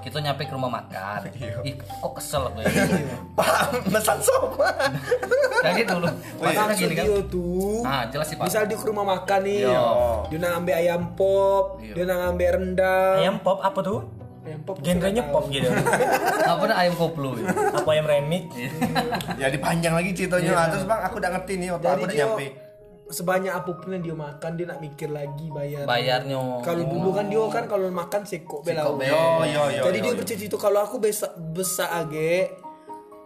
Speaker 3: kita nyampe ke rumah makan. Ih, kok kesel aku ya.
Speaker 4: Pak, pesan sop.
Speaker 3: Jadi dulu,
Speaker 2: Maksud
Speaker 3: maksudnya gitu gini kan.
Speaker 2: dia tuh.
Speaker 3: Ah, jelas sih Pak.
Speaker 2: Misal di rumah makan nih,
Speaker 3: Iya.
Speaker 2: dia nak ambil ayam pop, dia nak ambil rendang.
Speaker 1: Ayam pop apa tuh?
Speaker 2: Ayam pop.
Speaker 1: Genrenya pop gitu.
Speaker 3: Apa dah ayam koplo ya?
Speaker 1: apa ayam remix?
Speaker 4: Jadi panjang Ya, lagi ceritanya. Ah, Terus, Bang, aku udah ngerti nih, otak
Speaker 2: Jadi
Speaker 4: aku udah
Speaker 2: dia
Speaker 4: nyampe.
Speaker 2: sebanyak apapun yang dia makan dia nak mikir lagi bayar.
Speaker 3: Bayarnya.
Speaker 2: Kalau dulu kan dia kan kalau makan sekok belau.
Speaker 3: Sikok
Speaker 4: Yo, yo, yo.
Speaker 2: Jadi
Speaker 4: yo,
Speaker 2: dia
Speaker 4: yo.
Speaker 2: bercerita kalau aku besar besar age,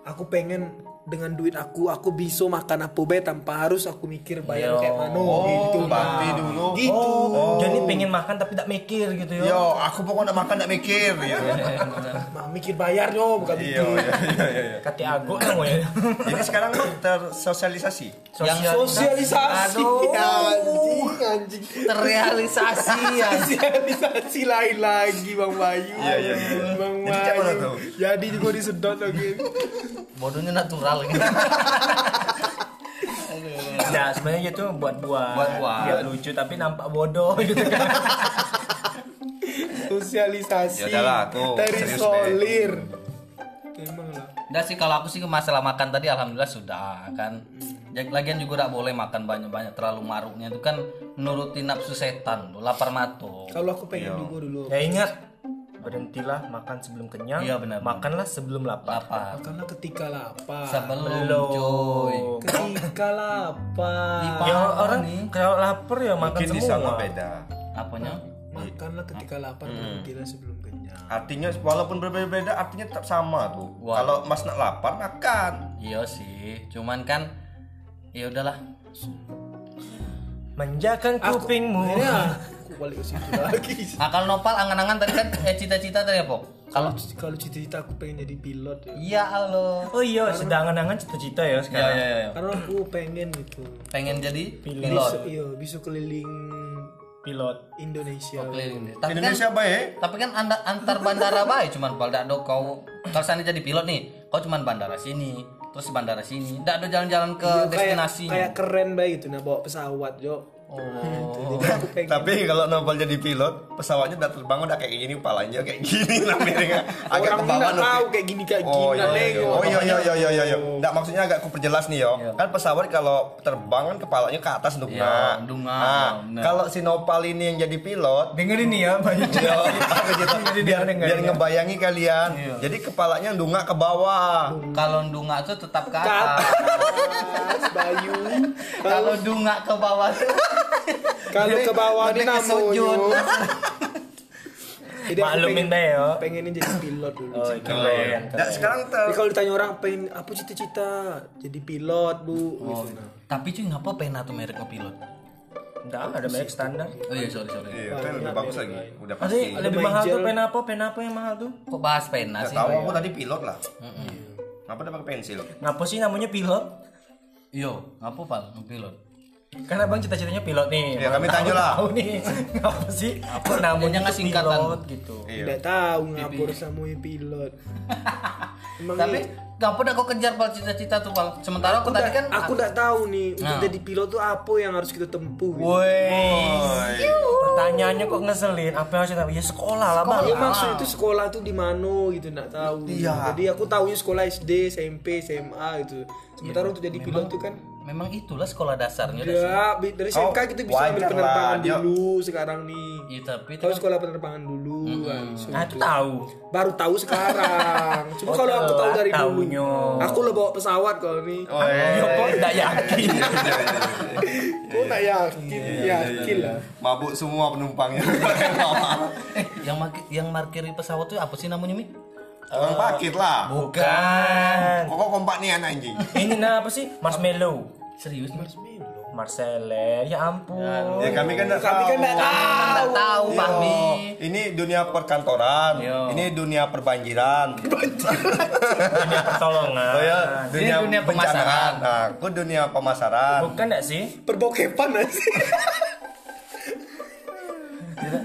Speaker 2: aku pengen dengan duit aku aku bisa makan apa be tanpa harus aku mikir bayar kayak mana gitu.
Speaker 4: tapi Oh, dulu.
Speaker 2: Gitu.
Speaker 1: Jadi Oh, pengen makan tapi tak mikir gitu ya.
Speaker 4: Yo, aku pokoknya makan gak mikir. Iya,
Speaker 2: Nah, mikir bayar yo, bukan
Speaker 4: iya, iya, iya, iya.
Speaker 1: Kati aku namanya.
Speaker 4: Jadi sekarang lu tersosialisasi.
Speaker 3: Yang
Speaker 2: sosialisasi. Anjing, anjing.
Speaker 3: terrealisasi ya.
Speaker 2: Sosialisasi lain lagi Bang Bayu.
Speaker 4: Iya, iya, iya.
Speaker 2: Bang
Speaker 4: Jadi siapa
Speaker 2: Bayu.
Speaker 4: tahu?
Speaker 2: Jadi juga disedot lagi.
Speaker 3: Bodohnya natural gitu.
Speaker 1: Nah, sebenarnya itu buat-buat.
Speaker 3: Buat-buat.
Speaker 1: Biar lucu tapi nampak bodoh gitu kan.
Speaker 2: sosialisasi
Speaker 4: Yaudahlah, Ya aku serius deh.
Speaker 2: terisolir emang lah
Speaker 3: Enggak sih kalau aku sih masalah makan tadi alhamdulillah sudah kan. Ya, lagian juga tidak boleh makan banyak-banyak terlalu maruknya itu kan menuruti nafsu setan tuh, lapar mato.
Speaker 2: kalau aku pengen
Speaker 4: Iya.
Speaker 2: juga dulu
Speaker 1: ya ingat berhentilah makan sebelum kenyang.
Speaker 3: Iya, benar.
Speaker 1: Makanlah sebelum lapar.
Speaker 3: Lapar.
Speaker 2: karena ketika lapar
Speaker 3: Sebelum coy.
Speaker 2: ketika lapar
Speaker 1: Ya
Speaker 3: Parah
Speaker 1: orang
Speaker 3: nih.
Speaker 1: kalau lapar ya makan
Speaker 4: mungkin di sana
Speaker 1: semua.
Speaker 4: beda
Speaker 3: Apanya?
Speaker 2: makanlah ketika lapar
Speaker 4: Hmm.
Speaker 2: berhentilah sebelum kenyang
Speaker 4: artinya walaupun berbeda-beda artinya tetap sama tuh kalau mas nak lapar makan
Speaker 3: Iya sih, cuman kan ya udahlah.
Speaker 1: Menjakan kupingmu.
Speaker 2: ya aku balik ke situ lagi
Speaker 3: Akal nopal angan-angan tadi kan eh, cita-cita tadi apa? Kalau
Speaker 2: kalau cita-cita aku pengen jadi pilot ya.
Speaker 3: iya Allah.
Speaker 1: Oh iya, sedang angan cita-cita ya
Speaker 3: Ya
Speaker 1: sekarang.
Speaker 3: ya ya.
Speaker 2: karena aku pengen gitu
Speaker 3: Pengen jadi
Speaker 2: bisa
Speaker 3: pilot.
Speaker 2: iya bisa keliling
Speaker 1: Pilot.
Speaker 4: Oh,
Speaker 2: Indonesia
Speaker 3: Keliling deh. Tapi kan
Speaker 4: Indonesia baik
Speaker 3: Tapi kan anda antar bandara baik cuman pal dak do kau kalau sana jadi pilot nih, kau cuman bandara sini, terus bandara sini, dak do jalan-jalan ke destinasi.
Speaker 2: Iya, kayak keren baik gitu nah bawa pesawat jo oh. jadi aku pengen
Speaker 4: tapi kalau Nopal jadi pilot pesawatnya udah terbang udah kayak gini palanya kayak gini lah miringnya
Speaker 2: orang
Speaker 4: agak ke
Speaker 2: nggak
Speaker 4: bawah
Speaker 2: tahu
Speaker 4: Nopi.
Speaker 2: kayak gini kayak
Speaker 4: Oh
Speaker 2: gini
Speaker 4: iya iya iya.
Speaker 2: nengok.
Speaker 4: Oh iya iya iya iya iya. iya. Nggak, maksudnya agak aku perjelas nih yo. Kan pesawat kalau terbang kan kepalanya ke atas dong.
Speaker 3: Iya, dungak,
Speaker 4: Nah,
Speaker 3: benar.
Speaker 4: kalau si Nopal ini yang jadi pilot
Speaker 1: Dengerin nih ya, banyak
Speaker 4: Yo, aku jadi- biar,
Speaker 1: Iya,
Speaker 4: biar ngebayangi kalian. Jadi kepalanya dungak ke bawah.
Speaker 3: Kalau dunga tuh tetap ke atas.
Speaker 2: Mas Bayu
Speaker 3: Kalau dunga ke bawah tuh
Speaker 2: kalau ke bawah ini
Speaker 3: lebih ke
Speaker 2: namanya
Speaker 3: sujud.
Speaker 2: jadi aku
Speaker 1: Maklumin
Speaker 2: pengen
Speaker 1: deh ya.
Speaker 2: pengennya jadi pilot dulu
Speaker 1: Oh,
Speaker 2: cita.
Speaker 1: keren.
Speaker 4: Nah, sekarang ter
Speaker 2: Jadi kalau ditanya orang pengen apa cita-cita jadi pilot bu
Speaker 3: Oh,
Speaker 2: Gitu.
Speaker 3: tapi cuy ngapa pena tuh merek ke pilot?
Speaker 1: Enggak, ada banyak standar.
Speaker 3: Oh iya sorry sorry.
Speaker 4: Iya, kan lebih bagus lagi. Udah pasti.
Speaker 1: Pasti lebih mahal tuh pen apa, pen apa yang mahal tuh?
Speaker 3: Kok bahas pena
Speaker 4: Nggak
Speaker 3: sih?
Speaker 4: tahu aku tadi pilot lah. Ngapa udah pakai pensil?
Speaker 1: Ngapa sih namanya pilot?
Speaker 3: Yo, ngapa pal pilot?
Speaker 1: Karena bang cita-citanya pilot nih.
Speaker 4: Ya, kami
Speaker 1: Tahu-
Speaker 4: tanya lah.
Speaker 1: Tahu nih. Apa sih? Apa namanya
Speaker 3: Jangan singkatan.
Speaker 1: pilot gitu.
Speaker 2: tidak tahu ngapur sama pilot Emang
Speaker 3: Tapi
Speaker 2: iya.
Speaker 3: ngapa udah kau kejar pal cita-cita tuh pal? Sementara aku, tadi kan
Speaker 2: aku nggak tahu nih untuk jadi pilot tuh apa yang harus kita tempuh gitu.
Speaker 1: Woi. Pertanyaannya kok ngeselin? Apa yang harus kita? Ya sekolah lah bang.
Speaker 2: Ya maksud itu sekolah tuh di mana gitu nggak tahu. Jadi aku tahunya sekolah SD, SMP, SMA gitu. Sementara untuk jadi pilot tuh kan
Speaker 3: memang itulah sekolah dasarnya. udah sih.
Speaker 2: ya bi- dari SMK kita bisa
Speaker 4: wajar
Speaker 2: ambil penerbangan
Speaker 4: lah, dia-
Speaker 2: dulu sekarang nih.
Speaker 3: Iya tapi
Speaker 2: Kalau sekolah penerbangan dulu kan, so-
Speaker 1: Nah itu tahu.
Speaker 2: baru tahu sekarang. Cuma
Speaker 1: Oh,
Speaker 2: kalau aku tahu
Speaker 1: telat
Speaker 2: dari
Speaker 1: tahunya.
Speaker 2: dulu, aku lo bawa pesawat kalau nih.
Speaker 4: Oh,
Speaker 1: Ya kok tidak yakin.
Speaker 2: Kok tak yakin, ya, yakin lah.
Speaker 4: Mabuk semua penumpangnya.
Speaker 3: Eh, yang marki- yang markiri pesawat tuh apa sih namanya mi?
Speaker 4: Orang pakit lah.
Speaker 1: Bukan.
Speaker 4: Kok kok kompak nih anak anjing.
Speaker 1: Ini nah apa sih? Marshmallow.
Speaker 3: Serius nih?
Speaker 1: Marcelle, ya ampun.
Speaker 4: Ya kami kan nggak
Speaker 2: Kami kan
Speaker 4: tahu.
Speaker 2: nggak tahu.
Speaker 3: Nggak tahu
Speaker 4: Yo,
Speaker 3: Fahmi.
Speaker 4: Ini dunia perkantoran,
Speaker 3: Iya. Yo.
Speaker 4: ini dunia perbanjiran,
Speaker 1: Dunia pertolongan.
Speaker 4: Oh, ya,
Speaker 3: Ini
Speaker 4: dunia,
Speaker 3: dunia
Speaker 4: pemasaran.
Speaker 3: pemasaran.
Speaker 4: Nah, aku dunia pemasaran.
Speaker 1: Bukan enggak sih?
Speaker 2: Perbokepan nggak sih.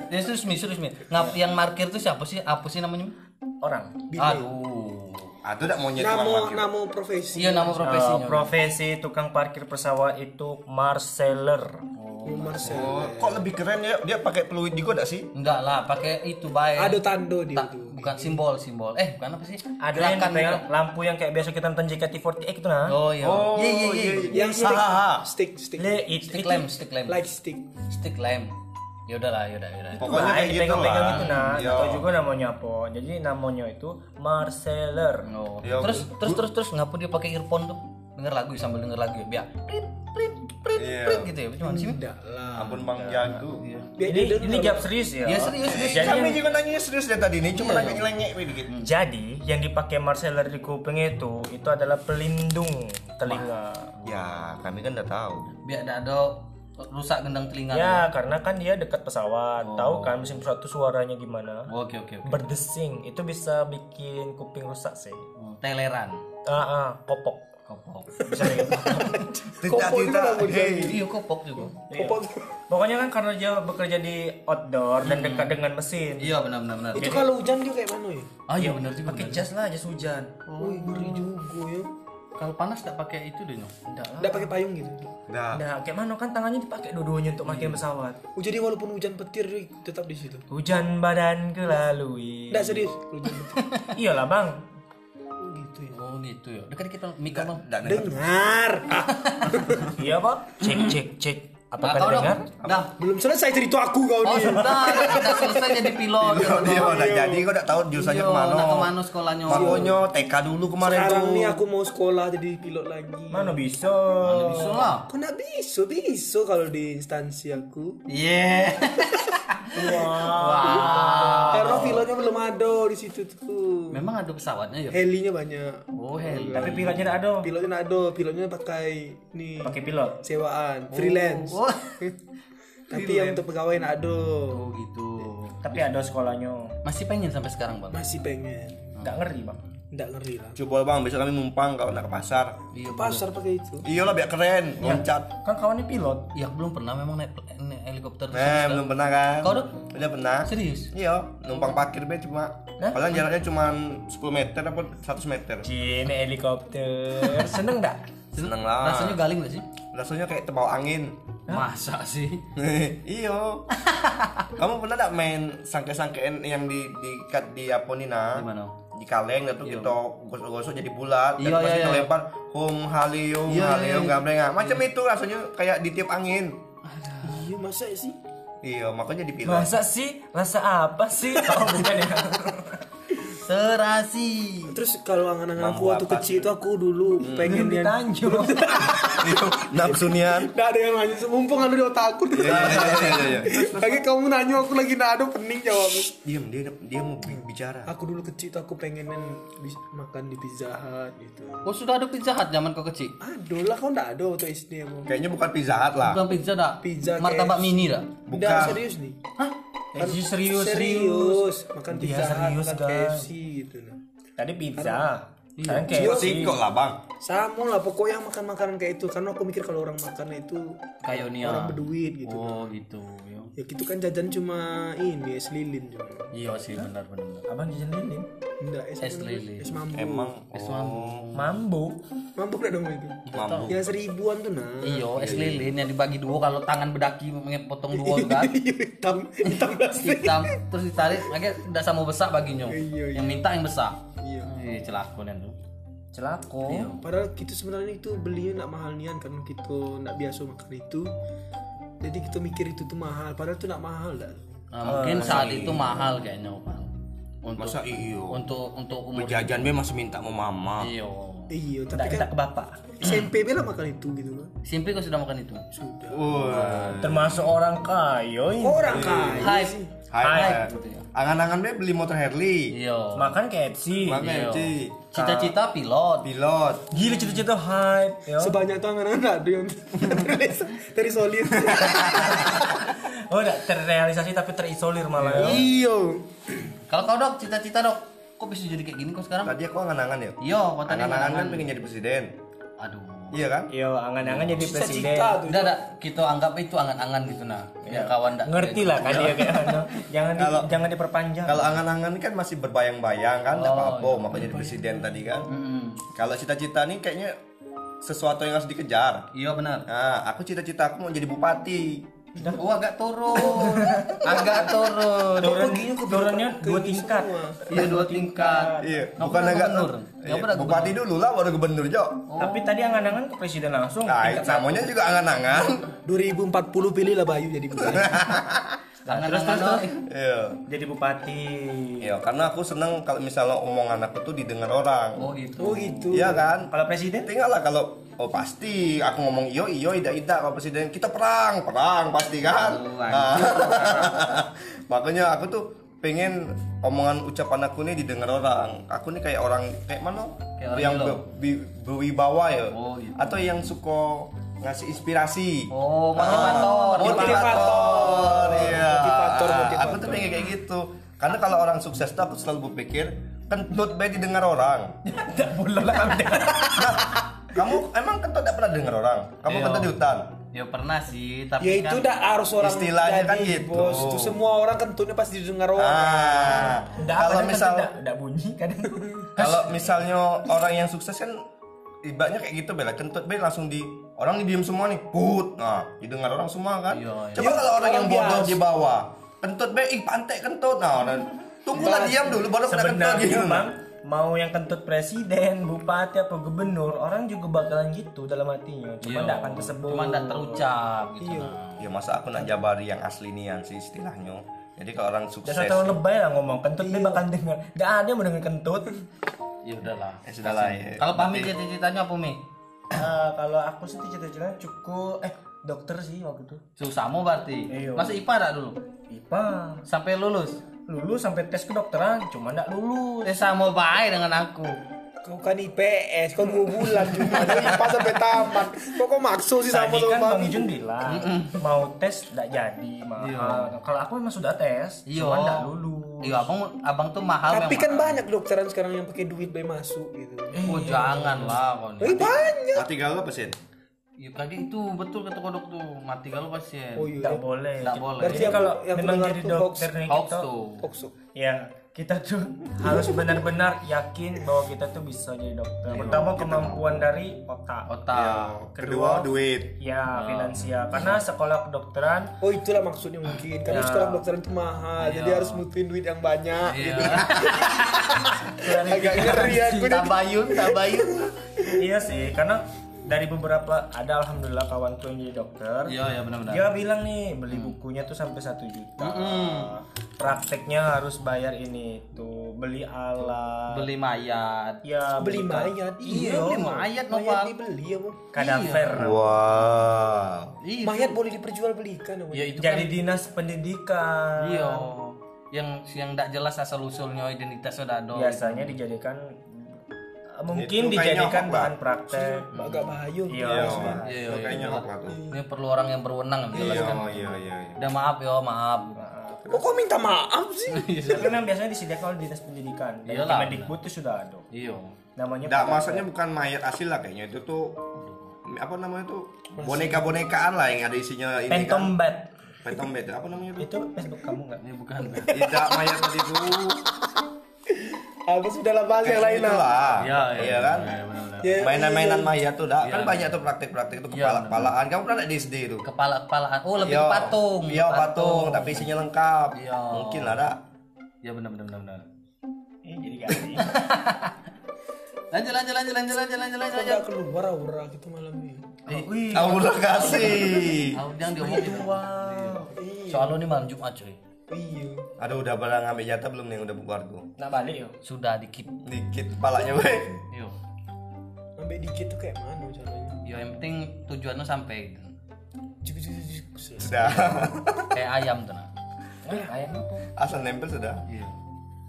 Speaker 3: Ya serius mi, serius mi. Ngap yang markir tuh siapa sih? Apa sih namanya? Mi?
Speaker 1: Orang.
Speaker 3: Aduh.
Speaker 4: Aduh, tidak Ah, mau nyetuang
Speaker 2: Namo
Speaker 4: lagi.
Speaker 2: namo profesi.
Speaker 3: Iya nama
Speaker 1: Eh,
Speaker 3: profesinya.
Speaker 1: profesi tukang parkir pesawat itu marseller.
Speaker 2: Nomor satu.
Speaker 4: Oh, Kok lebih keren ya? Dia pakai peluit juga enggak sih?
Speaker 3: Enggak lah, pakai itu baik.
Speaker 2: Ada tando dia
Speaker 3: Tak,
Speaker 2: tuh.
Speaker 3: bukan simbol, simbol. Eh, bukan apa sih?
Speaker 1: Ada yang
Speaker 3: Gerakan, ya?
Speaker 1: pegang
Speaker 3: bukan.
Speaker 1: lampu yang kayak biasa kita nonton JKT48 itu nah.
Speaker 3: Oh iya. Iya, iya, iya.
Speaker 2: Yang
Speaker 4: Ha,
Speaker 2: stick,
Speaker 4: ha, ha.
Speaker 2: stick, stick,
Speaker 1: Le, it, it,
Speaker 3: Stick lem, stick lem.
Speaker 2: like stick.
Speaker 3: Stick lem. Ya udahlah, ya udah, ya udah.
Speaker 4: Pokoknya kayak gitu lah.
Speaker 1: pegang itu nah.
Speaker 4: Yo.
Speaker 1: Atau juga namanya apa? Jadi namanya itu marseller.
Speaker 3: No. Oh.
Speaker 4: Ya,
Speaker 3: terus, terus, terus, terus, ngapa dia pakai earphone tuh? Denger lagu sambil denger lagu ya, biar prit, prit, prit,
Speaker 4: Iya.
Speaker 3: prit gitu ya. Cuman sih. Mi?
Speaker 2: Enggak lah.
Speaker 4: Ampun Bang Jago.
Speaker 1: Ini
Speaker 2: Biar dia
Speaker 1: ini
Speaker 2: denger.
Speaker 1: jawab serius ya.
Speaker 3: Ya serius, serius.
Speaker 1: Jadi
Speaker 4: Kami
Speaker 1: yang-
Speaker 4: juga nanya serius dia tadi nih, cuma nanya nyelengek dikit.
Speaker 1: jadi yang dipakai marseller di kuping itu itu adalah pelindung telinga.
Speaker 4: Ya, kami kan udah tahu.
Speaker 3: biar tidak ada rusak gendang telinga.
Speaker 1: Ya, karena kan dia dekat
Speaker 3: Oh.
Speaker 1: pesawat. Tahu kan mesin pesawat tuh suaranya gimana?
Speaker 3: Oke, oke, oke.
Speaker 1: Berdesing. Itu bisa bikin kuping rusak sih.
Speaker 3: Hmm, Teleran.
Speaker 1: Ah, ah, kopok.
Speaker 3: Kopok.
Speaker 1: Bisa bikin.
Speaker 4: Tidak tidak. Hei.
Speaker 3: Iya, kopok juga.
Speaker 2: Kopok.
Speaker 1: Pokoknya kan karena dia bekerja di outdoor dan dekat dengan mesin.
Speaker 3: Hmm. Iya, benar benar benar.
Speaker 2: Itu kalau hujan dia kayak mana ya?
Speaker 3: Ah, iya benar juga.
Speaker 1: Pakai jas lah, jas hujan.
Speaker 2: Wih, ngeri juga ya.
Speaker 3: Kalau panas tak pakai itu deh, Nyok. Enggak lah.
Speaker 2: Nggak pakai payung gitu.
Speaker 4: Nah,
Speaker 1: Nah, kayak mana kan tangannya dipakai dua-duanya untuk
Speaker 3: Iya.
Speaker 1: makin pesawat.
Speaker 2: Oh, jadi walaupun hujan petir Ri, tetap di situ.
Speaker 1: Hujan badan kelalui.
Speaker 2: Enggak serius, hujan petir.
Speaker 1: Iyalah, Bang.
Speaker 2: Oh, gitu ya.
Speaker 3: Oh gitu ya. Dekat kita mikir bang.
Speaker 4: enggak dengar.
Speaker 2: Dengar.
Speaker 1: Iya, Pak. Cek cek cek.
Speaker 3: Nah,
Speaker 1: Apakah
Speaker 3: kau
Speaker 1: dengar?
Speaker 3: dong. Dah.
Speaker 2: Belum selesai cerita aku kau
Speaker 3: Oh
Speaker 2: nih.
Speaker 3: sudah, kita selesai jadi pilot.
Speaker 4: Iya, enggak jadi kok enggak tahu jurusannya kemana.
Speaker 3: Nak Iya, kemana iya. sekolahnya?
Speaker 4: Makanya TK dulu kemarin
Speaker 2: Sekarang
Speaker 4: tuh.
Speaker 2: nih aku mau sekolah jadi pilot lagi.
Speaker 1: Mana bisa?
Speaker 3: Bisa lah.
Speaker 2: Kok nggak bisa bisa kalau di instansi aku.
Speaker 3: Iya.
Speaker 2: Karena pilotnya belum ada di situ tuh.
Speaker 3: Memang ada pesawatnya ya?
Speaker 2: Helinya banyak.
Speaker 3: Oh hell.
Speaker 1: Tapi pilotnya tidak ada.
Speaker 2: Pilotnya nggak ada, pilotnya pakai nih
Speaker 1: Pakai pilot.
Speaker 2: sewaan, freelance.
Speaker 3: Oh.
Speaker 2: Tapi yang untuk pegawai nggak ada.
Speaker 3: Oh gitu.
Speaker 1: Tapi ada sekolahnya.
Speaker 3: Masih pengen sampai sekarang bang?
Speaker 2: Masih pengen.
Speaker 1: Enggak
Speaker 3: Hmm.
Speaker 1: ngerti, Bang.
Speaker 2: Nggak ngeri lah.
Speaker 4: Coba bang, besok kami numpang kalau nak ke pasar.
Speaker 2: Ke
Speaker 3: Iya bang.
Speaker 2: pasar pakai itu.
Speaker 4: Iyalah biar keren, loncat.
Speaker 1: Kan kawannya pilot.
Speaker 3: Iya aku belum pernah memang naik, naik helikopter.
Speaker 4: Eh, belum pernah kan?
Speaker 3: Kau dong?
Speaker 4: Udah pernah.
Speaker 3: Serius?
Speaker 4: Iya, numpang parkir be cuma. Padahal jaraknya cuma 10 meter apa 100 meter.
Speaker 1: Jin helikopter. Seneng enggak?
Speaker 4: Seneng lah.
Speaker 3: Rasanya galing gak sih?
Speaker 4: Rasanya kayak terbawa angin.
Speaker 3: Masa sih?
Speaker 4: iyo. Kamu pernah tak main sangke-sangkean yang di di kat di apa nih nah?
Speaker 3: Gimana?
Speaker 4: Di kaleng dan tuh kita gosok-gosok jadi bulat
Speaker 3: Iya,
Speaker 4: dan pasti
Speaker 3: iya,
Speaker 4: kita
Speaker 3: iya.
Speaker 4: lempar hum halium
Speaker 3: Iya, iya,
Speaker 4: halium
Speaker 3: iya.
Speaker 4: gambreng. ah. Macam itu rasanya kayak ditiup angin.
Speaker 2: Iya masa sih?
Speaker 4: Iya, makanya dibilang.
Speaker 1: Masa sih? Rasa apa sih? Oh, bukan ya.
Speaker 3: Serasi.
Speaker 2: Terus kalau angan-angan aku
Speaker 4: Mampu
Speaker 2: waktu
Speaker 4: apa? Hmm.
Speaker 2: kecil itu aku dulu pengen
Speaker 1: Belum
Speaker 2: yang
Speaker 1: ditanjung.
Speaker 4: Itu nafsu nian.
Speaker 2: Nggak ada yang nanya, mumpung ada di otak aku.
Speaker 4: Iya, iya, iya, iya, iya.
Speaker 2: Lagi kamu nanya aku lagi nggak ada pening jawabnya.
Speaker 4: Diam, dia dia mau bi- bicara.
Speaker 2: Aku dulu kecil tuh aku pengen makan di Pizza Hut gitu.
Speaker 3: Oh sudah ada pizza hut zaman kau kecil?
Speaker 2: Aduh lah kau nggak ada waktu SD emang.
Speaker 4: Kayaknya bukan Pizza Hut lah.
Speaker 3: Bukan pizza dah.
Speaker 2: Pizza,
Speaker 3: Martabak
Speaker 2: KFC.
Speaker 3: mini dah.
Speaker 4: Bukan.
Speaker 2: Nggak, serius nih.
Speaker 1: Eh, serius, serius.
Speaker 2: serius. Makan
Speaker 1: Dia
Speaker 4: Iya,
Speaker 2: Pizza Hut,
Speaker 1: serius,
Speaker 2: makan
Speaker 4: kan.
Speaker 1: guys.
Speaker 2: KFC gitu nah.
Speaker 1: Tadi pizza. Iya. Sekarang Kan
Speaker 4: Kok
Speaker 1: kayak
Speaker 4: singkok Iya, lah, Bang.
Speaker 2: Sama lah pokoknya makan makanan kayak itu karena aku mikir kalau orang makan itu
Speaker 3: Kayak Nia.
Speaker 2: orang berduit gitu.
Speaker 3: Oh gitu. yo.
Speaker 2: Ya gitu kan jajan cuma ini es lilin cuma.
Speaker 3: Iya sih benar benar.
Speaker 1: Abang jajan lilin.
Speaker 2: Enggak es,
Speaker 3: Es
Speaker 2: apa namanya?
Speaker 3: lilin.
Speaker 2: Es mambu.
Speaker 4: Emang oh,
Speaker 1: Mambu.
Speaker 2: Mampu nggak dong itu?
Speaker 4: mampu.
Speaker 2: Yang seribuan tuh nah.
Speaker 3: Iya, es lilin yang dibagi dua kalau tangan bedaki potong dua tuh kan.
Speaker 2: Iya, hitam hitam plastik.
Speaker 3: Hitam terus ditarik lagi udah sama besar baginya.
Speaker 2: Iya,
Speaker 3: Yang minta yang besar.
Speaker 2: Iya.
Speaker 3: Iya, celaka nih tuh.
Speaker 1: Celako.
Speaker 3: Iya.
Speaker 2: Padahal kita sebenarnya itu belinya nak mahal nian karena kita nak biasa makan itu. Jadi kita mikir itu tuh mahal, padahal tuh nak mahal lah.
Speaker 1: Eh,
Speaker 3: Nah, mungkin saat itu mahal kayaknya, Bang. Untuk
Speaker 4: Masa iyo.
Speaker 3: untuk untuk umur
Speaker 4: Jajan be masih minta mau mama.
Speaker 3: Iya.
Speaker 2: Iya, tapi
Speaker 1: Tidak kita
Speaker 2: kan
Speaker 1: ke bapak.
Speaker 2: SMP be lah makan itu gitu kan.
Speaker 3: Simpi kau sudah makan itu?
Speaker 2: Sudah.
Speaker 4: Wah.
Speaker 1: Termasuk orang kaya ya. ini.
Speaker 2: Orang kaya.
Speaker 3: Hype.
Speaker 4: Hai.
Speaker 3: gitu ya.
Speaker 4: Angan-angan be beli motor Harley.
Speaker 3: Iya.
Speaker 1: Makan KFC.
Speaker 4: Makanya Ci,
Speaker 3: Cita-cita pilot.
Speaker 4: pilot.
Speaker 1: Gila cita-cita hype. ya. Yo.
Speaker 2: Sebanyak tuh angan-angan nggak ada yang dari solid.
Speaker 1: Oh, tidak terrealisasi tapi terisolir malah. ya. yo.
Speaker 2: Iyo.
Speaker 3: Kalau kau dok, cita-cita dok, kok bisa jadi kayak gini kau sekarang?
Speaker 4: Tadi aku angan-angan ya.
Speaker 3: Iya, katanya
Speaker 4: Angan-angan kan
Speaker 3: angan-angan.
Speaker 4: pengen jadi presiden.
Speaker 3: Aduh.
Speaker 4: Iya kan?
Speaker 1: Yo, angan-angan jadi presiden.
Speaker 2: Cita-cita tuh.
Speaker 3: Udah, dah, kita anggap itu angan-angan gitu nah. Ya kawan dah.
Speaker 1: Ngerti lah kan dia kayak ano. Jangan di-
Speaker 4: Kalau-
Speaker 1: jangan diperpanjang.
Speaker 4: Kalau angan-angan kan masih berbayang-bayang kan,
Speaker 3: Oh,
Speaker 4: tak apa-apa,
Speaker 3: iya.
Speaker 4: mau jadi presiden tadi kan.
Speaker 3: Hmm.
Speaker 4: Kalau cita-cita nih kayaknya sesuatu yang harus dikejar.
Speaker 3: Iya benar.
Speaker 4: Nah, aku cita-cita aku mau jadi bupati.
Speaker 3: Oh agak turun, agak turun.
Speaker 1: Turun, turunnya dua tingkat.
Speaker 3: Iya dua tingkat.
Speaker 4: Iya,
Speaker 3: Nggak
Speaker 4: bukan
Speaker 3: pernah
Speaker 4: agak
Speaker 3: gubernur.
Speaker 4: Iya,
Speaker 3: Nggak pernah
Speaker 4: bupati dulu lah baru gubernur, Jok.
Speaker 1: Tapi tadi angan-angan ke presiden langsung.
Speaker 4: Nah, namanya juga angan-angan.
Speaker 2: 2040 pilih lah Bayu jadi menteri.
Speaker 3: Angan-angan dong.
Speaker 4: Iya.
Speaker 1: Jadi bupati.
Speaker 4: Iya, karena aku seneng kalau misalnya omongan aku tuh didengar orang.
Speaker 3: Oh gitu.
Speaker 2: Oh gitu.
Speaker 4: Iya kan?
Speaker 1: Kalau presiden?
Speaker 4: Tinggal lah kalau oh pasti aku ngomong iyo iyo ida ida kalau presiden kita perang perang pasti kan.
Speaker 3: Oh,
Speaker 4: Ah. Makanya aku tuh pengen omongan ucapan aku nih didengar orang. Aku nih kayak orang kayak mana?
Speaker 3: Kayak orang
Speaker 4: yang
Speaker 3: gila.
Speaker 4: be- bi- berwibawa ya.
Speaker 3: Oh, gitu.
Speaker 4: Atau yang suka ngasih inspirasi.
Speaker 3: Oh motivator.
Speaker 4: Motivator, iya.
Speaker 2: Motivator,
Speaker 4: Ah,
Speaker 2: motivator.
Speaker 4: Aku tuh pengen kayak gitu. Karena kalau orang sukses tuh aku selalu berpikir kentut baik didengar orang.
Speaker 1: Tidak boleh lah kami dengar.
Speaker 4: Kamu emang kentut tidak pernah dengar orang. Kamu
Speaker 3: Iya.
Speaker 4: kentut di hutan.
Speaker 3: Ya pernah sih, tapi
Speaker 2: Ya itu
Speaker 3: kan
Speaker 2: dah harus orang
Speaker 4: Istilahnya kan
Speaker 2: jadi
Speaker 4: gitu.
Speaker 2: Bos, itu semua orang kentutnya pasti didengar "Oh, orang.
Speaker 4: Ah,
Speaker 1: Tidak, kadang
Speaker 4: kalau
Speaker 1: kan
Speaker 4: misal
Speaker 1: tidak- tidak bunyi kadang.
Speaker 4: kalau misalnya orang yang sukses kan tibanya kayak gitu bela kentut be langsung di orang diem semua nih put nah didengar orang semua kan
Speaker 3: Iya, iya.
Speaker 4: coba kalau orang yang
Speaker 2: Orang
Speaker 4: bodoh
Speaker 2: bias.
Speaker 4: di bawah kentut be ih pantai kentut nah orang tunggulah diam dulu baru kena kentut gitu
Speaker 1: sebenarnya bang mau yang kentut presiden bupati apa gubernur orang juga bakalan gitu dalam hatinya cuma tidak akan tersebut
Speaker 3: Cuma nggak terucap gitu. nah.
Speaker 4: ya masa aku nak jabari yang asli nian sih istilahnya jadi kalau orang sukses
Speaker 1: Dasar terlalu lebay lah ngomong kentut dia bakal dengar. Enggak ada yang mau denger kentut.
Speaker 3: Ya udahlah.
Speaker 4: ya sudah lah ya.
Speaker 3: Kalau Pami cita-citanya apa Mi?
Speaker 1: Eh, kalau aku sih cita-citanya cukup eh dokter sih waktu itu.
Speaker 3: Susahmu berarti.
Speaker 1: Iya.
Speaker 3: Masuk IPA dah dulu.
Speaker 1: IPA.
Speaker 3: Sampai lulus.
Speaker 1: Lulus sampai tes kedokteran cuma enggak lulus.
Speaker 3: Dia sama baik dengan aku.
Speaker 2: Kau kan IPS, kau dua bulan cuma dari pas sampai tamat. Kok kau maksud sih sama
Speaker 1: Tadi
Speaker 2: sama
Speaker 1: kan Bang
Speaker 2: Bang?
Speaker 1: Ijun bilang mau tes enggak jadi mahal. Kalau aku memang sudah tes,
Speaker 3: Iya.
Speaker 1: cuma enggak lulus.
Speaker 3: Iya, abang abang tuh mahal
Speaker 2: Tapi
Speaker 3: memang.
Speaker 2: kan banyak dokteran sekarang yang pakai duit bayi masuk gitu.
Speaker 3: Oh, jangan lah kau
Speaker 2: Eh,
Speaker 3: ni.
Speaker 2: banyak.
Speaker 4: mati galau apa sih
Speaker 3: Iya, tadi itu betul kata kodok tuh. Mati kalau pasien.
Speaker 2: Oh iya.
Speaker 1: Enggak boleh.
Speaker 3: Nggak boleh.
Speaker 1: Jadi kalau
Speaker 2: yang
Speaker 1: memang
Speaker 2: mendengar
Speaker 1: jadi
Speaker 2: tuh hoax.
Speaker 1: dokter nih
Speaker 3: Hoax
Speaker 1: kita-
Speaker 3: tuh.
Speaker 2: Oksok.
Speaker 1: ya kita tuh harus benar-benar yakin bahwa kita tuh bisa jadi dokter. Pertama kemampuan dari otak.
Speaker 3: Iya, Otak. Iya.
Speaker 4: kedua duit
Speaker 1: Ya, finansial. Karena sekolah kedokteran
Speaker 2: Oh itulah maksudnya mungkin karena sekolah dokteran itu mahal, jadi harus butuhin duit yang banyak.
Speaker 3: Iya.
Speaker 2: Agak ngeri aku nih.
Speaker 3: Tabayun, tabayun.
Speaker 1: iya sih, karena dari beberapa ada alhamdulillah kawanku yang jadi dokter.
Speaker 3: Iya, iya benar-benar. Hmm.
Speaker 1: Dia bilang nih beli bukunya tuh sampai 1 juta. Prakteknya harus bayar ini tuh, beli alat.
Speaker 3: Beli mayat.
Speaker 1: Ya,
Speaker 2: Beli mayat,
Speaker 3: Iya,
Speaker 2: iya.
Speaker 3: beli mayat no,
Speaker 2: Mayat
Speaker 3: Pak.
Speaker 2: dibeli ya, Bang.
Speaker 1: kadaver.
Speaker 4: Wow.
Speaker 3: Iya.
Speaker 2: Mayat boleh diperjualbelikan, Bang.
Speaker 3: Ya itu
Speaker 1: Jadi
Speaker 3: kan.
Speaker 1: dinas pendidikan.
Speaker 3: Iya. Yang yang tidak jelas asal usulnya identitas sudah ada.
Speaker 1: Biasanya dijadikan eh, mungkin
Speaker 4: Itu kayaknya
Speaker 1: dijadikan
Speaker 4: hoax,
Speaker 1: bahan praktek.
Speaker 2: Agak
Speaker 1: Iya.
Speaker 2: bahaya.
Speaker 3: Hmm. Iya,
Speaker 4: Itu
Speaker 3: iya,
Speaker 4: kayaknya
Speaker 3: iya. kan?
Speaker 4: apa tuh?
Speaker 3: Ini perlu orang yang berwenang yang menjelaskan.
Speaker 4: Oh iya iya iya.
Speaker 3: Udah maaf yo, maaf.
Speaker 2: Kok kau minta maaf sih?
Speaker 3: Iya.
Speaker 1: Tapi memang kan biasanya disediakan oleh dinas pendidikan. Dan
Speaker 3: Iyalah,
Speaker 1: Kemendikbud itu sudah ada.
Speaker 3: Iya.
Speaker 1: Namanya
Speaker 4: Nggak, maksudnya bukan mayat asli lah kayaknya itu tuh apa namanya tuh boneka-bonekaan lah yang ada isinya ini kan.
Speaker 1: pentombat.
Speaker 4: Pentombet. Apa namanya tuh?
Speaker 1: Itu Facebook kamu nggak?
Speaker 3: Ini bukan.
Speaker 4: Tidak mayat tadi tuh.
Speaker 2: Aku sudah lah bahas yang lain
Speaker 4: Itu
Speaker 2: lah.
Speaker 4: gitu lah.
Speaker 3: Iya, iya,
Speaker 4: Iya kan?
Speaker 3: iya, benar-benar.
Speaker 2: Ya,
Speaker 4: Mainan-mainan mayat tuh dah. Kan banyak tuh praktik-praktik tuh kepala-kepalaan. Kamu pernah nggak di SD tuh?
Speaker 3: Kepala-kepalaan. Oh, Iya, lebih
Speaker 4: Iya.
Speaker 3: ke patung.
Speaker 4: Iya, patung, tapi isinya lengkap.
Speaker 3: Iya.
Speaker 4: Mungkin lah dah.
Speaker 3: Iya, benar benar benar, benar.
Speaker 1: Eh, jadi ganti.
Speaker 3: Lanjut lanjut lanjut lanjut lanjut lanjut lanjut.
Speaker 2: Agak keluar aura gitu malam ini.
Speaker 1: Wih,
Speaker 4: Allah kasih.
Speaker 3: Tahu yang diomongin.
Speaker 1: Iya. wow.
Speaker 3: Soal lu nih malam Jumat cuy.
Speaker 2: Iya.
Speaker 4: Aduh, udah barang ngambil jatah belum nih? Udah buku wargo.
Speaker 1: Nak Nah, balik yo.
Speaker 3: Sudah dikit.
Speaker 4: Dikit kepalanya, weh.
Speaker 3: Yo.
Speaker 2: Sampai dikit tuh kayak mana caranya?
Speaker 3: Yo Ya, yang penting tujuannya sampai gitu.
Speaker 2: Juk, juk, juk, juk.
Speaker 4: Sudah.
Speaker 3: Kayak ayam tuh nah. ayam apa?
Speaker 4: Asal nempel sudah.
Speaker 3: Iya.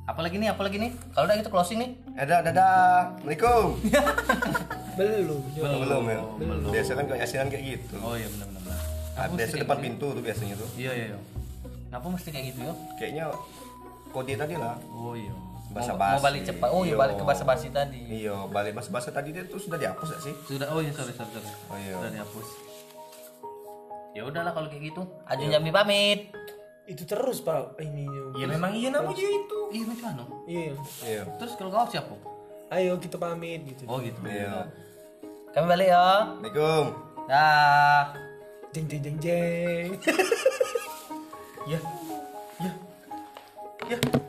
Speaker 3: Apalagi nih, apalagi nih? Kalau udah kita closing nih.
Speaker 4: Dadah, dadah. Assalamualaikum.
Speaker 2: Belum. Jo.
Speaker 4: Belum, ya? Biasa kan kayak asinan kayak gitu.
Speaker 3: Oh iya benar benar. benar.
Speaker 4: Ah, biasa depan pintu tuh biasanya tuh.
Speaker 3: Iya iya. iya. Kenapa mesti kayak gitu yo?
Speaker 4: Kayaknya kode tadi lah.
Speaker 3: Oh iya.
Speaker 4: Basa-basi.
Speaker 3: Mau balik cepat. Oh iya balik ke basa basi tadi.
Speaker 4: Iya, balik bahasa-bahasa tadi dia tuh sudah dihapus gak sih?
Speaker 3: Sudah. Oh iya sorry sorry. sorry.
Speaker 4: Oh, iya.
Speaker 3: Sudah dihapus. Ya udahlah kalau kayak gitu. Ajun Jambi pamit.
Speaker 2: Itu terus pak ininya.
Speaker 1: Ya memang iya namanya juga itu.
Speaker 3: Iya macam mana?
Speaker 2: Iya.
Speaker 4: Iya.
Speaker 3: Terus kalau kau siapa?
Speaker 2: Ayo kita pamit gitu.
Speaker 3: Oh gitu.
Speaker 4: Iya.
Speaker 3: Kami balik ya.
Speaker 4: Assalamualaikum.
Speaker 3: Dah.
Speaker 2: Jeng jeng jeng jeng.
Speaker 1: Ya. Ya. Ya.